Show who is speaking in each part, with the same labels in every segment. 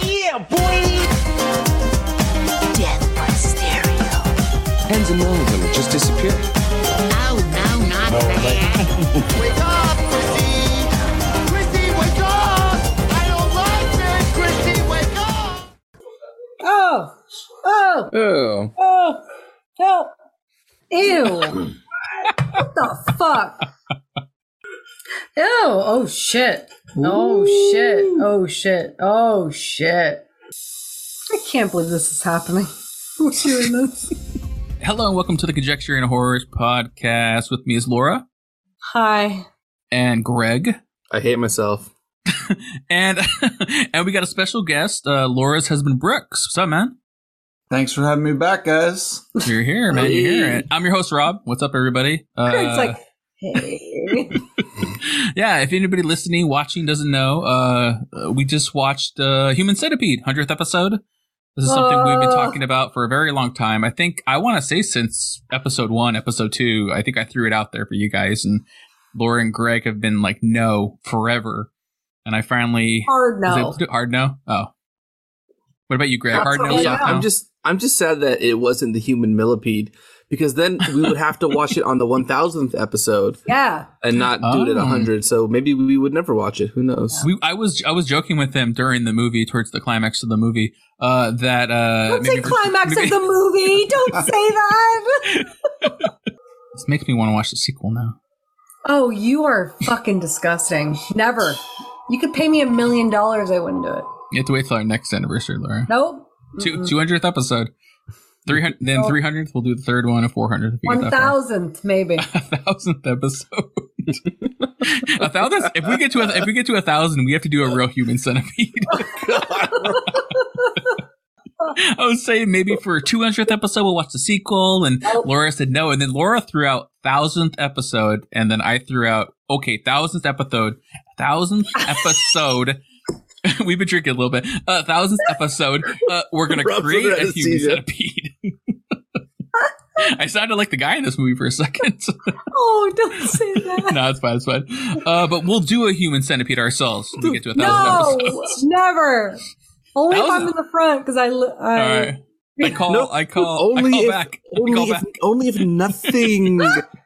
Speaker 1: Yeah, boy!
Speaker 2: Death by stereo.
Speaker 3: Tens of millions of them just disappeared.
Speaker 2: Oh, no, not that.
Speaker 4: Wake up, Chrissy! Chrissy, wake up! I don't like this! Chrissy, wake up!
Speaker 5: Oh, oh,
Speaker 3: Oh.
Speaker 5: oh, help. Ew. what the fuck? Ew. Oh, shit. Oh, shit. Oh, shit. Oh, shit. I can't believe this is happening. We're doing this.
Speaker 6: Hello and welcome to the Conjecture and Horrors podcast. With me is Laura
Speaker 5: Hi.
Speaker 6: and Greg,
Speaker 7: I hate myself.
Speaker 6: and and we got a special guest, uh, Laura's husband Brooks. What's up, man?
Speaker 8: Thanks for having me back, guys.
Speaker 6: You're here, man. You're here. And I'm your host, Rob. What's up, everybody? Uh,
Speaker 5: Craig's like, hey.
Speaker 6: yeah. If anybody listening, watching doesn't know, uh, uh, we just watched uh, Human Centipede, hundredth episode. This is something we've been
Speaker 5: Uh.
Speaker 6: talking about for a very long time. I think I want to say since episode one, episode two. I think I threw it out there for you guys, and Laura and Greg have been like, no, forever. And I finally
Speaker 5: Hard
Speaker 6: was
Speaker 5: no.
Speaker 6: able to do- hard no. Oh, what about you, Greg?
Speaker 5: That's
Speaker 6: Hard
Speaker 5: what
Speaker 6: no,
Speaker 5: I
Speaker 6: soft
Speaker 5: know.
Speaker 6: no.
Speaker 7: I'm just I'm just sad that it wasn't the human millipede because then we would have to watch it on the 1000th episode
Speaker 5: Yeah.
Speaker 7: and not do it at
Speaker 6: Oh.
Speaker 7: 100. So maybe we would never watch it. Who knows?
Speaker 6: We, I was I was joking with them during the movie, towards the climax of the movie, uh, that uh,
Speaker 5: Don't say
Speaker 6: maybe-
Speaker 5: climax
Speaker 6: maybe-
Speaker 5: of the movie. Don't say that.
Speaker 6: This makes me want to watch the sequel now.
Speaker 5: Oh, you are fucking disgusting. Never. You could pay me a million dollars, I wouldn't do it.
Speaker 6: You have to wait till our next anniversary, Laura.
Speaker 5: Nope.
Speaker 6: Two hundredth episode, three hundred. Then
Speaker 5: No.
Speaker 6: three hundredth. We'll do the third one and four hundredth.
Speaker 5: One thousandth, maybe.
Speaker 6: A thousandth episode. a thousand. If we get to a, if we get to a thousand, we have to do a real human centipede. I was saying maybe for two hundredth episode we'll watch the sequel, and
Speaker 5: Nope.
Speaker 6: Laura said no, and then Laura threw out thousandth episode, and then I threw out okay thousandth episode, thousandth episode. We've been drinking a little bit. Uh, thousandth episode. Uh, we're gonna
Speaker 7: Rob's
Speaker 6: create
Speaker 7: looking at
Speaker 6: a
Speaker 7: his
Speaker 6: human
Speaker 7: season.
Speaker 6: centipede. I sounded like the guy in this movie for a second.
Speaker 5: Oh, don't say that.
Speaker 6: no, it's fine. It's fine. Uh, but we'll do a human centipede ourselves when we get to a
Speaker 5: no,
Speaker 6: thousand episodes.
Speaker 5: never. Only if I'm
Speaker 6: Thousand-
Speaker 5: in the front because I, li- I
Speaker 6: All right. I call.
Speaker 7: No,
Speaker 6: I call. I call
Speaker 7: if,
Speaker 6: back. I
Speaker 7: Only
Speaker 6: call
Speaker 7: if,
Speaker 6: back.
Speaker 7: only if nothing.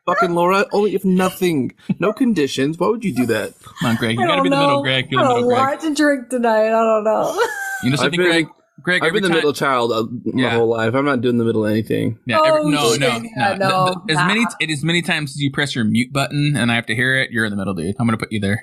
Speaker 7: Fucking Laura, only if nothing. No conditions. Why would you do that?
Speaker 6: Come on, Greg.
Speaker 5: I
Speaker 6: You gotta
Speaker 5: don't
Speaker 6: be in the
Speaker 5: know.
Speaker 6: middle, Greg. You're
Speaker 5: I
Speaker 6: the
Speaker 5: had
Speaker 6: middle,
Speaker 5: a
Speaker 6: Greg.
Speaker 5: lot to drink tonight. I don't know.
Speaker 6: You know
Speaker 7: I've
Speaker 6: something,
Speaker 7: been-
Speaker 6: Greg. Greg,
Speaker 7: I've
Speaker 6: every
Speaker 7: been the
Speaker 6: time,
Speaker 7: middle child uh, my
Speaker 6: Yeah.
Speaker 7: whole life. I'm not doing the middle of anything.
Speaker 6: Yeah,
Speaker 5: Oh,
Speaker 6: every, no,
Speaker 5: shit.
Speaker 6: no,
Speaker 5: Yeah,
Speaker 6: no, no.
Speaker 5: no.
Speaker 6: The- the- as many it is many times as you press your mute button, and I have to hear it. You're in the middle, dude. I'm gonna put you there. Yeah,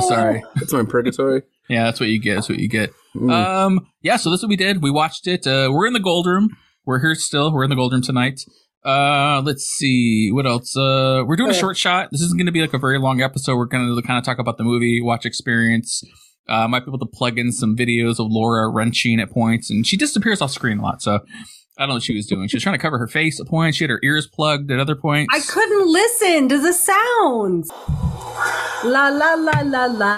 Speaker 5: Oh.
Speaker 6: sorry.
Speaker 7: That's my purgatory.
Speaker 6: Yeah, that's what you get. That's what you get.
Speaker 5: Hmm.
Speaker 7: Mm.
Speaker 6: Um, yeah, so that's what we did. We watched it. Uh, we're in the gold room. We're here still. We're in the gold room tonight. Uh, let's see what else. Uh, we're doing a
Speaker 5: Yeah.
Speaker 6: short shot. This isn't going to be like a very long episode. We're going to kind of talk about the movie, watch experience. Uh, might be able to plug in some videos of Laura wrenching at points, and she disappears off screen a lot. So I don't know what she was doing. She was trying to cover her face at points. She had her ears plugged at other points.
Speaker 5: I couldn't listen to the sounds. La la la la la.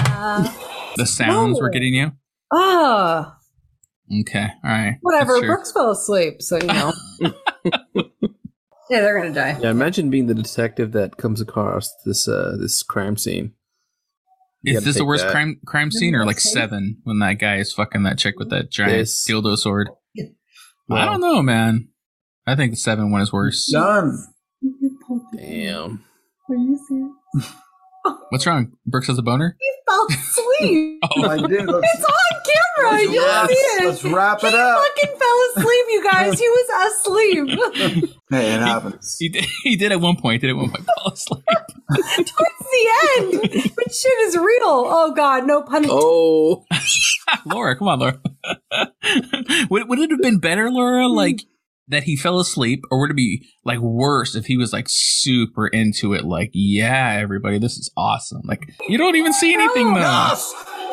Speaker 6: the sounds were
Speaker 5: No.
Speaker 6: getting you.
Speaker 5: Ah,
Speaker 6: Okay, all right.
Speaker 5: whatever.
Speaker 6: That's true.
Speaker 5: Brooks fell asleep, so you know. yeah, they're gonna die.
Speaker 7: Yeah, imagine being the detective that comes across this uh this crime scene. You
Speaker 6: Is
Speaker 7: gotta
Speaker 6: this the
Speaker 7: take
Speaker 6: worst
Speaker 7: that.
Speaker 6: crime crime scene or like seven when that guy is fucking that chick with that giant
Speaker 7: This-
Speaker 6: dildo sword? I
Speaker 7: Wow.
Speaker 6: don't know, man. I think the seven one is worse.
Speaker 8: Done.
Speaker 7: Damn.
Speaker 6: What's wrong? Brooks has a boner?
Speaker 5: He fell asleep.
Speaker 6: Oh.
Speaker 8: I did.
Speaker 5: it's
Speaker 8: Let's,
Speaker 5: on camera. You'll see it.
Speaker 8: let's wrap it
Speaker 5: he
Speaker 8: up.
Speaker 5: fucking fell asleep, you guys. He was asleep
Speaker 8: Hey, it happens.
Speaker 6: He did, he did at one point. Did at one point fall asleep.
Speaker 5: towards the end. But shit is real. Oh god, no pun. intended.
Speaker 7: Oh,
Speaker 6: Laura, come on, Laura. would, would it have been better, Laura, like that he fell asleep, or would it be like worse if he was like super into it? Like, yeah, everybody, this is awesome. Like, you don't even see anything though,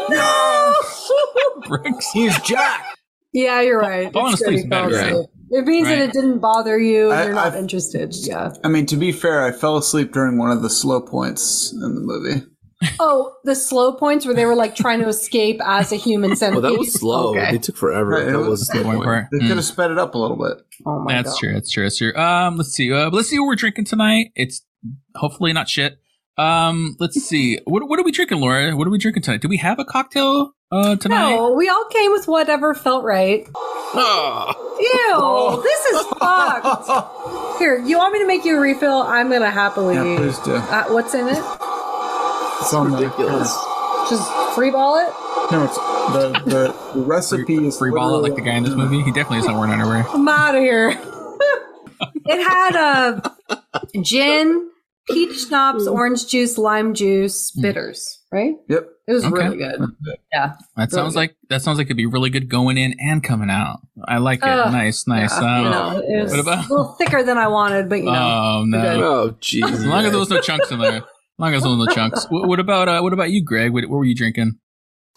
Speaker 8: Oh.
Speaker 6: Brooks.
Speaker 8: He's Jack.
Speaker 5: yeah, you're right.
Speaker 6: Falling
Speaker 5: It's good he
Speaker 6: asleep's
Speaker 5: fell
Speaker 6: better, right?
Speaker 5: asleep. It means that
Speaker 6: Right.
Speaker 5: it didn't bother you. and
Speaker 8: I-
Speaker 5: you're not
Speaker 8: I-
Speaker 5: interested. Yeah.
Speaker 8: I mean, to be fair, I fell asleep during one of the slow points in the movie.
Speaker 5: Oh, the slow points where they were like trying to escape as a
Speaker 8: Oh,
Speaker 5: human
Speaker 7: well,
Speaker 5: centipede.
Speaker 7: oh, that was slow.
Speaker 5: Okay.
Speaker 7: It took forever.
Speaker 8: Right, it
Speaker 7: that
Speaker 8: was-
Speaker 7: was a slow
Speaker 6: Wait
Speaker 7: point.
Speaker 6: for it.
Speaker 8: They
Speaker 6: Mm.
Speaker 8: could have sped it up a little bit.
Speaker 5: Oh my
Speaker 6: That's
Speaker 5: god.
Speaker 6: true. That's true. That's true. Um, let's see. Uh, but let's see what we're drinking tonight. It's hopefully not shit. Um, let's see. What what are we drinking, Laura? What are we drinking tonight? Do we have a cocktail uh tonight?
Speaker 5: No, we all came with whatever felt right.
Speaker 8: Ah.
Speaker 5: Ew,
Speaker 8: Oh.
Speaker 5: this is fucked. Here, you want me to make you a refill? I'm gonna happily.
Speaker 8: Yeah, please do.
Speaker 5: Uh, what's in it?
Speaker 8: It's on the-
Speaker 7: Ridiculous.
Speaker 5: Just freeball it?
Speaker 8: No, it's the, the, the recipe is
Speaker 6: Free ball it like the guy in this movie. He definitely is not wearing underwear.
Speaker 5: I'm out of here. it had a gin, peach schnapps, orange juice, lime juice, bitters. Right?
Speaker 8: Yep.
Speaker 5: It was
Speaker 6: Hmm. Okay.
Speaker 5: really good. Yeah.
Speaker 6: That sounds like that sounds like it'd be really good going in and coming out. I like it.
Speaker 5: Ugh.
Speaker 6: nice, nice.
Speaker 5: You
Speaker 6: um,
Speaker 5: know, it was
Speaker 6: what about-
Speaker 5: a little thicker than I wanted, but you know.
Speaker 6: Oh no!
Speaker 7: Oh, jeez.
Speaker 6: As long as there was no chunks in there. As long as there was no chunks. What, what about uh, what about you, Greg? What, what were you drinking?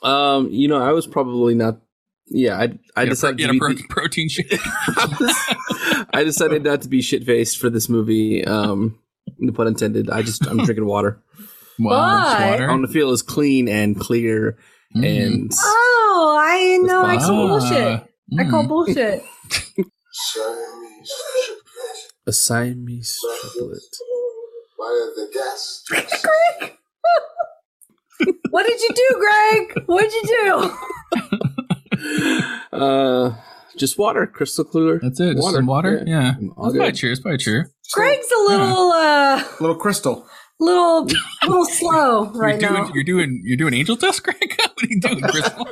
Speaker 7: Um, you know, I was probably not. Yeah, I I
Speaker 6: You had a
Speaker 7: decided
Speaker 6: pro- you
Speaker 7: to
Speaker 6: had a
Speaker 7: be
Speaker 6: pro- protein shake.
Speaker 7: I decided not to be shit faced for this movie. Um, no pun intended. I just I'm drinking water.
Speaker 6: Wow,
Speaker 5: But-
Speaker 7: I want to feel as clean and clear
Speaker 6: Mm, Mm-hmm.
Speaker 7: and
Speaker 5: Oh, I know. I call
Speaker 6: Ah,
Speaker 5: bullshit. I call bullshit.
Speaker 7: a Siamese triplet.
Speaker 5: What did you do, Greg? What did you do?
Speaker 7: Uh, just water, crystal clear.
Speaker 6: That's it. Just some water. Yeah.
Speaker 7: All
Speaker 6: That's probably
Speaker 7: good.
Speaker 6: true. That's probably true.
Speaker 5: Greg's a little, uh,
Speaker 8: Little crystal.
Speaker 5: little, little slow right
Speaker 6: you're doing,
Speaker 5: now.
Speaker 6: you're doing, you're doing angel dust, Greg. what are you doing, Crystal?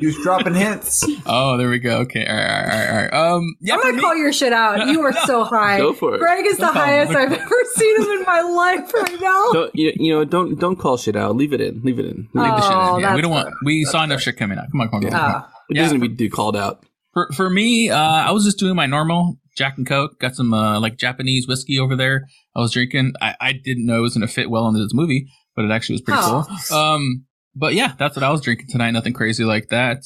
Speaker 8: He was dropping hints.
Speaker 6: oh, there we go. Okay, all right, all right, all right. Um, yeah,
Speaker 5: I'm
Speaker 6: for
Speaker 5: gonna
Speaker 6: me-
Speaker 5: call your shit out. You are so high.
Speaker 7: Go for it.
Speaker 5: Greg is the
Speaker 6: call him.
Speaker 5: highest I've ever seen him in my life right now.
Speaker 7: Don't, you, you know, don't don't call shit out. Leave it in. Leave it in. Leave
Speaker 6: Leave
Speaker 7: it
Speaker 6: the
Speaker 7: in.
Speaker 6: shit
Speaker 5: Oh,
Speaker 6: in. Yeah,
Speaker 5: that's
Speaker 6: we don't want. We saw enough shit coming out. Come on, come on, come on. come on.
Speaker 5: Ah.
Speaker 7: It
Speaker 6: Yeah.
Speaker 7: doesn't need to be called out.
Speaker 6: For for me, uh, I was just doing my normal Jack and Coke. Got some uh, like Japanese whiskey over there. I was drinking. I, I didn't know it was gonna fit well into this movie, but it actually was pretty
Speaker 5: Oh.
Speaker 6: cool. Um, but yeah, that's what I was drinking tonight. Nothing crazy like that.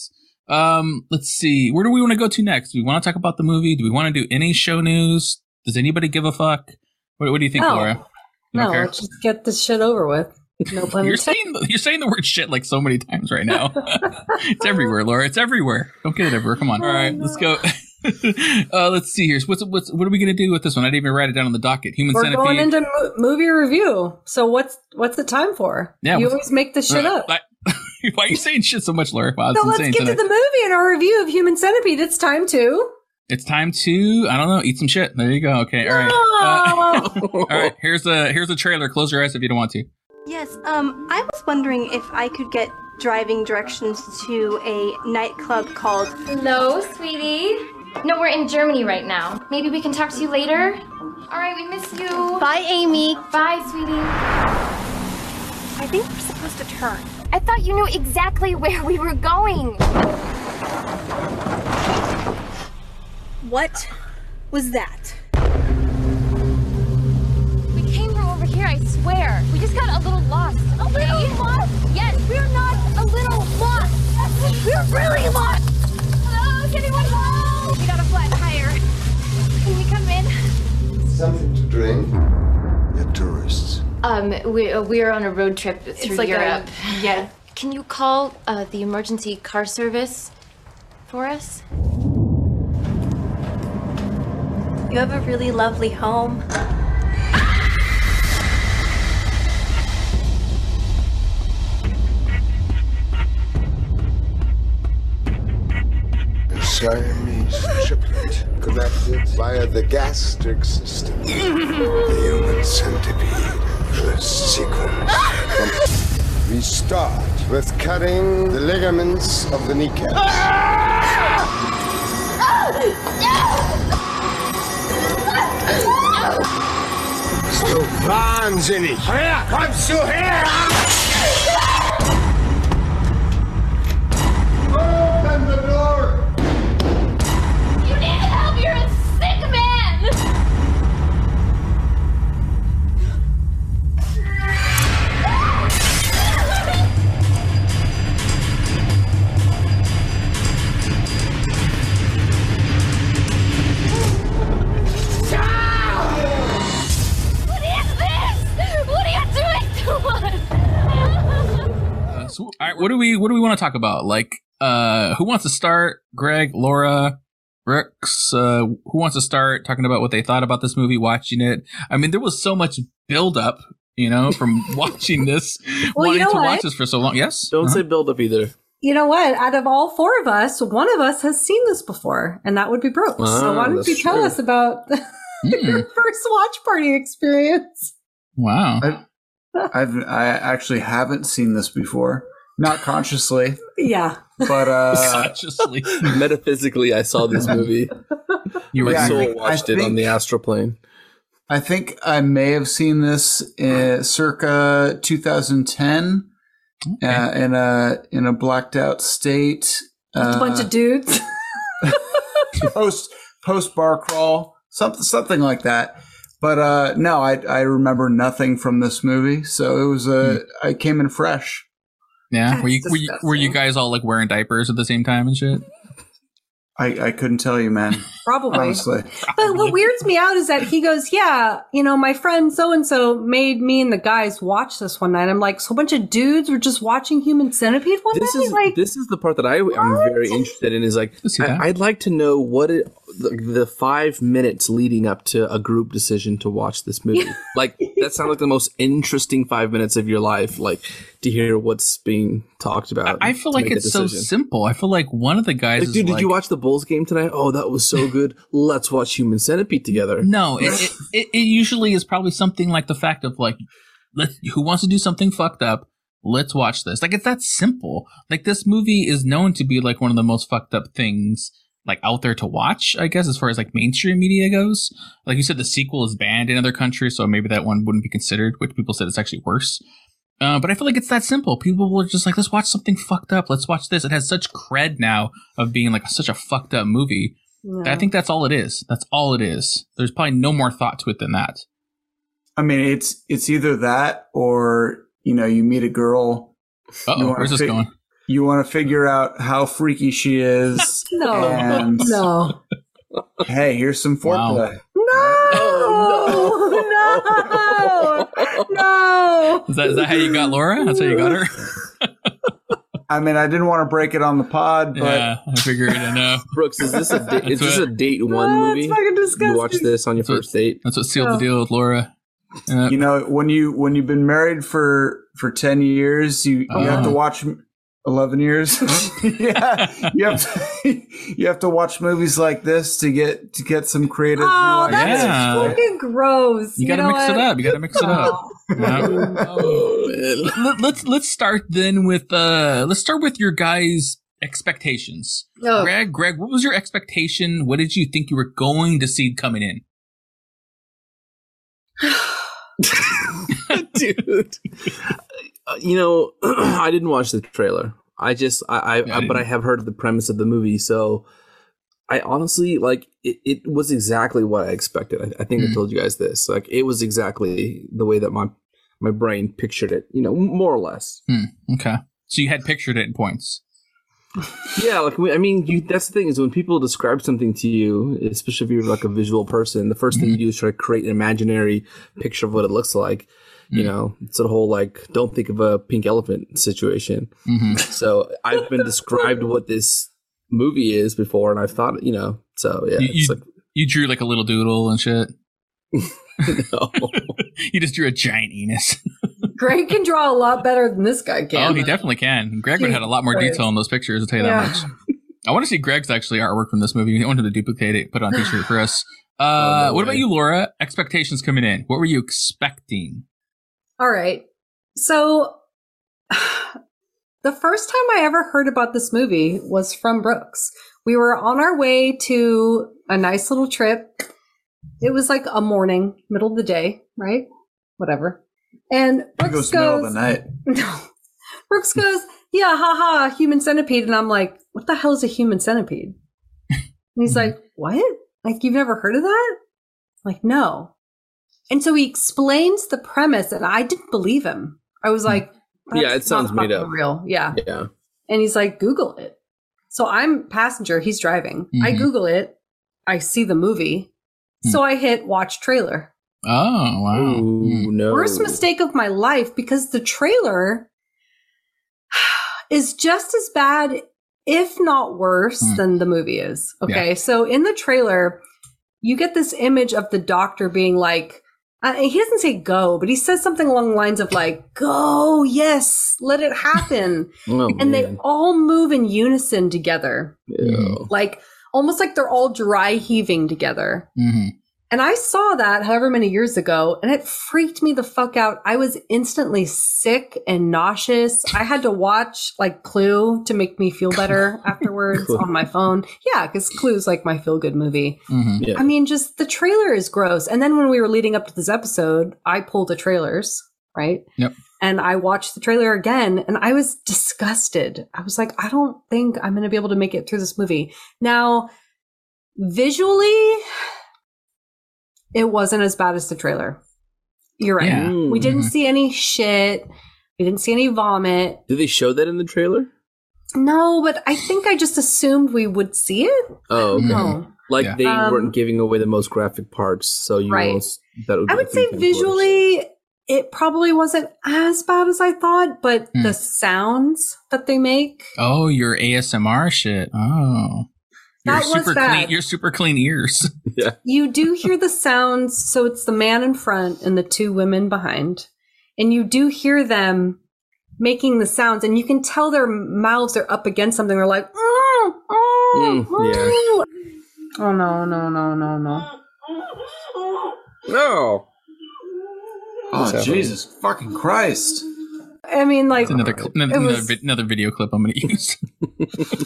Speaker 6: Um, let's see. Where do we want to go to next? Do we want to talk about the movie? Do we want to do any show news? Does anybody give a fuck? What, what do you think,
Speaker 5: No.
Speaker 6: Laura? You
Speaker 5: oh. No,
Speaker 6: don't care?
Speaker 5: let's just get this shit over with. No pun
Speaker 6: You're
Speaker 5: intended.
Speaker 6: saying you're saying the word shit like so many times right now. it's everywhere, Laura. It's everywhere. Don't get it everywhere. Come
Speaker 5: Oh,
Speaker 6: on. All right, let's go. uh, let's see here. So what's what's what are we gonna do with this one? I didn't even write it down on the docket. Human
Speaker 5: We're
Speaker 6: centipede.
Speaker 5: going into mo- movie review. So what's what's the time for?
Speaker 6: Yeah,
Speaker 5: you
Speaker 6: what's-
Speaker 5: always make this shit
Speaker 6: Uh,
Speaker 5: up.
Speaker 6: I- why are you saying shit so much, Laura? Wow, it's
Speaker 5: So let's
Speaker 6: insane
Speaker 5: get
Speaker 6: today.
Speaker 5: to the movie and our review of Human Centipede. It's time to.
Speaker 6: it's time to I don't know. Eat some shit. There you go. Okay. All right. Uh,
Speaker 5: Oh,
Speaker 6: all right. Here's the here's the trailer. Close your eyes if you don't want to.
Speaker 1: Yes, um, I was wondering if I could get driving directions to a nightclub called.
Speaker 9: Hello, sweetie. No, we're in Germany right now. Maybe we can talk to you later. All right, we miss you.
Speaker 1: Bye, Amy.
Speaker 9: Bye, sweetie.
Speaker 1: I think we're supposed to turn.
Speaker 9: I thought you knew exactly where we were going.
Speaker 1: What was that?
Speaker 9: We came from over here, I swear. We just got a little lost. A little lost? Yes, we're not a little lost. We're really lost. Hello, is anyone home? We got a flat tire. Can we come in?
Speaker 10: Something to drink? You're tourists.
Speaker 9: Um, we, uh, we're on a road trip through Europe.
Speaker 1: yeah.
Speaker 9: Can you call uh, the emergency car service for us?
Speaker 1: You have a really lovely home.
Speaker 10: A Siamese triplet connected via the gastric system. the human centipede. The sequence. we start with cutting the ligaments of the kneecap. So wahnsinnig! Kommst du her? Open the door!
Speaker 9: You need help! You're a sick man! What is this? What are you doing to us?
Speaker 6: Uh, so, all right. What do we what do we want to talk about? Like, uh, who wants to start? Greg, Laura. Brooks, uh, who wants to start talking about what they thought about this movie, watching it? I mean, there was so much build up, you know, from watching this,
Speaker 5: Well, you
Speaker 6: wanting
Speaker 5: know
Speaker 6: to watch
Speaker 5: what?
Speaker 6: this for so long. Yes,
Speaker 7: Don't
Speaker 6: Uh-huh.
Speaker 7: say build up either.
Speaker 5: You know what? Out of all four of us, one of us has seen this before, and that would be Brooks. so
Speaker 7: Ah,
Speaker 5: why don't
Speaker 7: that's
Speaker 5: you tell
Speaker 7: true.
Speaker 5: us about
Speaker 6: Hmm.
Speaker 5: your first watch party experience?
Speaker 6: Wow.
Speaker 8: I've I actually haven't seen this before, not consciously,
Speaker 5: Yeah.
Speaker 8: but uh,
Speaker 6: Consciously,
Speaker 7: Metaphysically, I saw this movie.
Speaker 6: you were
Speaker 7: My
Speaker 8: Yeah, I
Speaker 7: soul
Speaker 8: think- I
Speaker 7: watched it on
Speaker 8: think-
Speaker 7: the astral plane.
Speaker 8: I think I may have seen this uh circa 2010 uh, in a in a blacked out state. uh,
Speaker 5: Just a bunch
Speaker 6: Uh,
Speaker 5: of dudes.
Speaker 8: post post bar crawl, something something like that. But uh, no, I I remember nothing from this movie, so it was a
Speaker 5: Hmm.
Speaker 8: I came in fresh.
Speaker 6: yeah. Were you,
Speaker 5: That's
Speaker 6: were you were you
Speaker 5: disgusting.
Speaker 6: guys all like wearing diapers at the same time and shit?
Speaker 8: I, I couldn't tell you, man.
Speaker 5: Probably.
Speaker 8: Honestly,
Speaker 5: But what weirds me out is that he goes, Yeah, you know, my friend so and so made me and the guys watch this one night. I'm like, So a bunch of dudes were just watching Human Centipede one
Speaker 7: This
Speaker 5: night?
Speaker 7: is
Speaker 5: like,
Speaker 7: this is the part that I am very interested in. Is like
Speaker 6: Let's see that.
Speaker 7: I, I'd like to know what it, the, the five minutes leading up to a group decision to watch this movie. like that sounds like the most interesting five minutes of your life. Like to hear what's being talked about.
Speaker 6: I
Speaker 7: uh, to
Speaker 6: feel like
Speaker 7: make a
Speaker 6: it's so
Speaker 7: decision.
Speaker 6: simple. I feel like one of the guys
Speaker 7: Like,
Speaker 6: is
Speaker 7: dude,
Speaker 6: like,
Speaker 7: did you watch the Bulls game tonight? Oh, that was so good. Let's watch Human Centipede together.
Speaker 6: No, it, it, it, it usually is probably something like the fact of like, let, who wants to do something fucked up? Let's watch this. Like it's that simple. Like this movie is known to be like one of the most fucked up things like out there to watch. I guess as far as like mainstream media goes. Like you said, the sequel is banned in other countries, so maybe that one wouldn't be considered. Which people said it's actually worse. Uh, but I feel like it's that simple. People were just like, let's watch something fucked up. Let's watch this. It has such cred now of being like such a fucked up movie.
Speaker 5: Yeah.
Speaker 6: I think that's all it is. That's all it is. There's probably no more thought to it than that.
Speaker 8: I mean it's it's either that or you know you meet a girl, You
Speaker 6: Uh-oh,
Speaker 8: wanna
Speaker 6: where's this
Speaker 8: fi-
Speaker 6: going?
Speaker 8: you want to figure out how freaky she is.
Speaker 5: Oh, No.
Speaker 8: And
Speaker 5: No.
Speaker 8: hey, here's some
Speaker 6: Wow.
Speaker 8: foreplay.
Speaker 5: No. No. No.
Speaker 6: Is that, is that how you got Laura? That's how you got her?
Speaker 8: I mean, I didn't want to break it on the pod, but
Speaker 6: yeah, I figured I know.
Speaker 7: Brooks, is this a da- is
Speaker 6: That's
Speaker 7: this a
Speaker 6: what-
Speaker 7: date one
Speaker 5: Oh,
Speaker 7: movie?
Speaker 5: It's fucking disgusting.
Speaker 7: You watch this on your
Speaker 6: That's what-
Speaker 7: first date.
Speaker 6: That's what sealed the
Speaker 5: No.
Speaker 6: deal with Laura. Uh,
Speaker 8: you know when you when you've been married for for 10 years you you have to
Speaker 6: Oh.
Speaker 8: watch m- 11 years yeah you have to, you have to watch movies like this to get to get some creative
Speaker 5: Oh,
Speaker 8: new
Speaker 5: that's
Speaker 8: ideas.
Speaker 6: Yeah.
Speaker 5: fucking gross.
Speaker 6: you gotta
Speaker 5: know
Speaker 6: mix it
Speaker 5: what?
Speaker 6: up. You gotta mix it up.
Speaker 5: Oh.
Speaker 6: Yeah.
Speaker 7: Oh,
Speaker 6: Let, let's let's start then with uh let's start with your guys' expectations.
Speaker 5: Oh.
Speaker 6: Greg, Greg, what was your expectation? What did you think you were going to see coming in?
Speaker 7: man. dude. Uh, you know, I didn't watch the trailer. I just, I, I,
Speaker 6: Yeah, I
Speaker 7: I but I
Speaker 6: didn't.
Speaker 7: have heard of the premise of the movie, so I honestly like it. it was exactly what I expected. I, I think I
Speaker 6: Mm.
Speaker 7: told you guys this. Like, it was exactly the way that my my brain pictured it. You know, more or less.
Speaker 6: Okay. So you had pictured it in points.
Speaker 7: Yeah, like we- I mean, you, that's the thing is when people describe something to you, especially if you're like a visual person, the 1st thing
Speaker 6: Mm-hmm.
Speaker 7: you do is try to create an imaginary picture of what it looks like. You
Speaker 6: Mm.
Speaker 7: know, it's a whole like don't think of a pink elephant situation.
Speaker 6: hmm
Speaker 7: So I've been described what this movie is before, and I've thought, you know, so yeah,
Speaker 6: You-
Speaker 7: it's
Speaker 6: you-
Speaker 7: like
Speaker 6: You drew like a little doodle and shit.
Speaker 7: no.
Speaker 6: You just drew a giant penis.
Speaker 5: Greg can draw a lot better than this guy can.
Speaker 6: Oh, he definitely can. Greg would have had a lot more
Speaker 5: Christ.
Speaker 6: detail in those pictures. I'll tell you that
Speaker 5: Yeah.
Speaker 6: much. I want to see Greg's actually artwork from this movie. I want him to duplicate it, put it on a T-shirt for us. Uh,
Speaker 7: no
Speaker 6: what
Speaker 7: way.
Speaker 6: about you, Laura? Expectations coming in. What were you expecting?
Speaker 5: All right. So the first time I ever heard about this movie was from Brooks. We were on our way to a nice little trip. It was like a morning, middle of the day, right? Whatever. And
Speaker 8: It
Speaker 5: Brooks
Speaker 8: goes
Speaker 5: goes,
Speaker 8: middle of the night
Speaker 5: No. Brooks goes, yeah, haha, human centipede. And I'm like, what the hell is a human centipede? And he's like, what? Like, you've never heard of that? I'm like, no. And so he explains the premise, and I didn't believe him. I was like,
Speaker 7: Hmm. Yeah,
Speaker 5: that's
Speaker 7: it sounds
Speaker 5: not
Speaker 7: made
Speaker 5: fucking
Speaker 7: up.
Speaker 5: Real. Yeah.
Speaker 7: yeah.
Speaker 5: And he's like, Google it. So I'm passenger, he's driving. I
Speaker 7: Mm-hmm.
Speaker 6: Mhm.
Speaker 5: Google it, I see the movie. So
Speaker 7: Hmm.
Speaker 5: I hit watch trailer.
Speaker 6: Oh wow!
Speaker 7: Ooh, no.
Speaker 5: Worst mistake of my life because the trailer is just as bad if not worse
Speaker 6: Hmm.
Speaker 5: than the movie is. Okay. So in the trailer, you get this image of the doctor being like, uh, he doesn't say go, but he says something along the lines of like, go, yes, let it happen.
Speaker 7: Oh,
Speaker 5: and they
Speaker 7: man.
Speaker 5: all move in unison together,
Speaker 7: Ew.
Speaker 5: like almost like they're all dry heaving together.
Speaker 6: hmm
Speaker 5: And I saw that however many years ago, and it freaked me the fuck out. I was instantly sick and nauseous. I had to watch like Clue to make me feel better afterwards
Speaker 7: Clue.
Speaker 5: on my phone. Yeah, because Clue's like my feel good movie.
Speaker 6: hmm
Speaker 7: Yeah.
Speaker 5: I mean, just the trailer is gross. And then when we were leading up to this episode, I pulled the trailers, right?
Speaker 6: Yep.
Speaker 5: And I watched the trailer again and I was disgusted. I was like, I don't think I'm going to be able to make it through this movie. Now, visually, it wasn't as bad as the trailer. You're right.
Speaker 6: Yeah.
Speaker 7: Mm.
Speaker 5: We didn't see any shit. We didn't see any vomit.
Speaker 7: Did they show that in the trailer?
Speaker 5: No, but I think I just assumed we would see it.
Speaker 7: Oh, okay.
Speaker 5: No.
Speaker 7: like
Speaker 6: Yeah.
Speaker 7: they
Speaker 5: Um,
Speaker 7: weren't giving away the most graphic parts, so you
Speaker 5: Right.
Speaker 7: almost that would.
Speaker 5: I
Speaker 7: be
Speaker 5: would say
Speaker 7: thinking worse.
Speaker 5: visually, it probably wasn't as bad as I thought, but
Speaker 6: Hmm.
Speaker 5: the sounds that they make.
Speaker 6: Oh, your ASMR shit. Oh. Your
Speaker 5: That was
Speaker 6: super clean
Speaker 5: bad.
Speaker 6: your super clean ears.
Speaker 5: You do hear the sounds, so it's the man in front and the two women behind. And you do hear them making the sounds, and you can tell their mouths are up against something. They're like, mm,
Speaker 7: Mm,
Speaker 5: mm,
Speaker 7: yeah.
Speaker 5: mm." oh no, no, no, no, no.
Speaker 7: No.
Speaker 8: Oh,
Speaker 7: What's
Speaker 8: Jesus fucking Christ.
Speaker 5: I mean, like,
Speaker 6: It's another cl- another,
Speaker 5: was-
Speaker 6: vi- another video clip I'm going to use.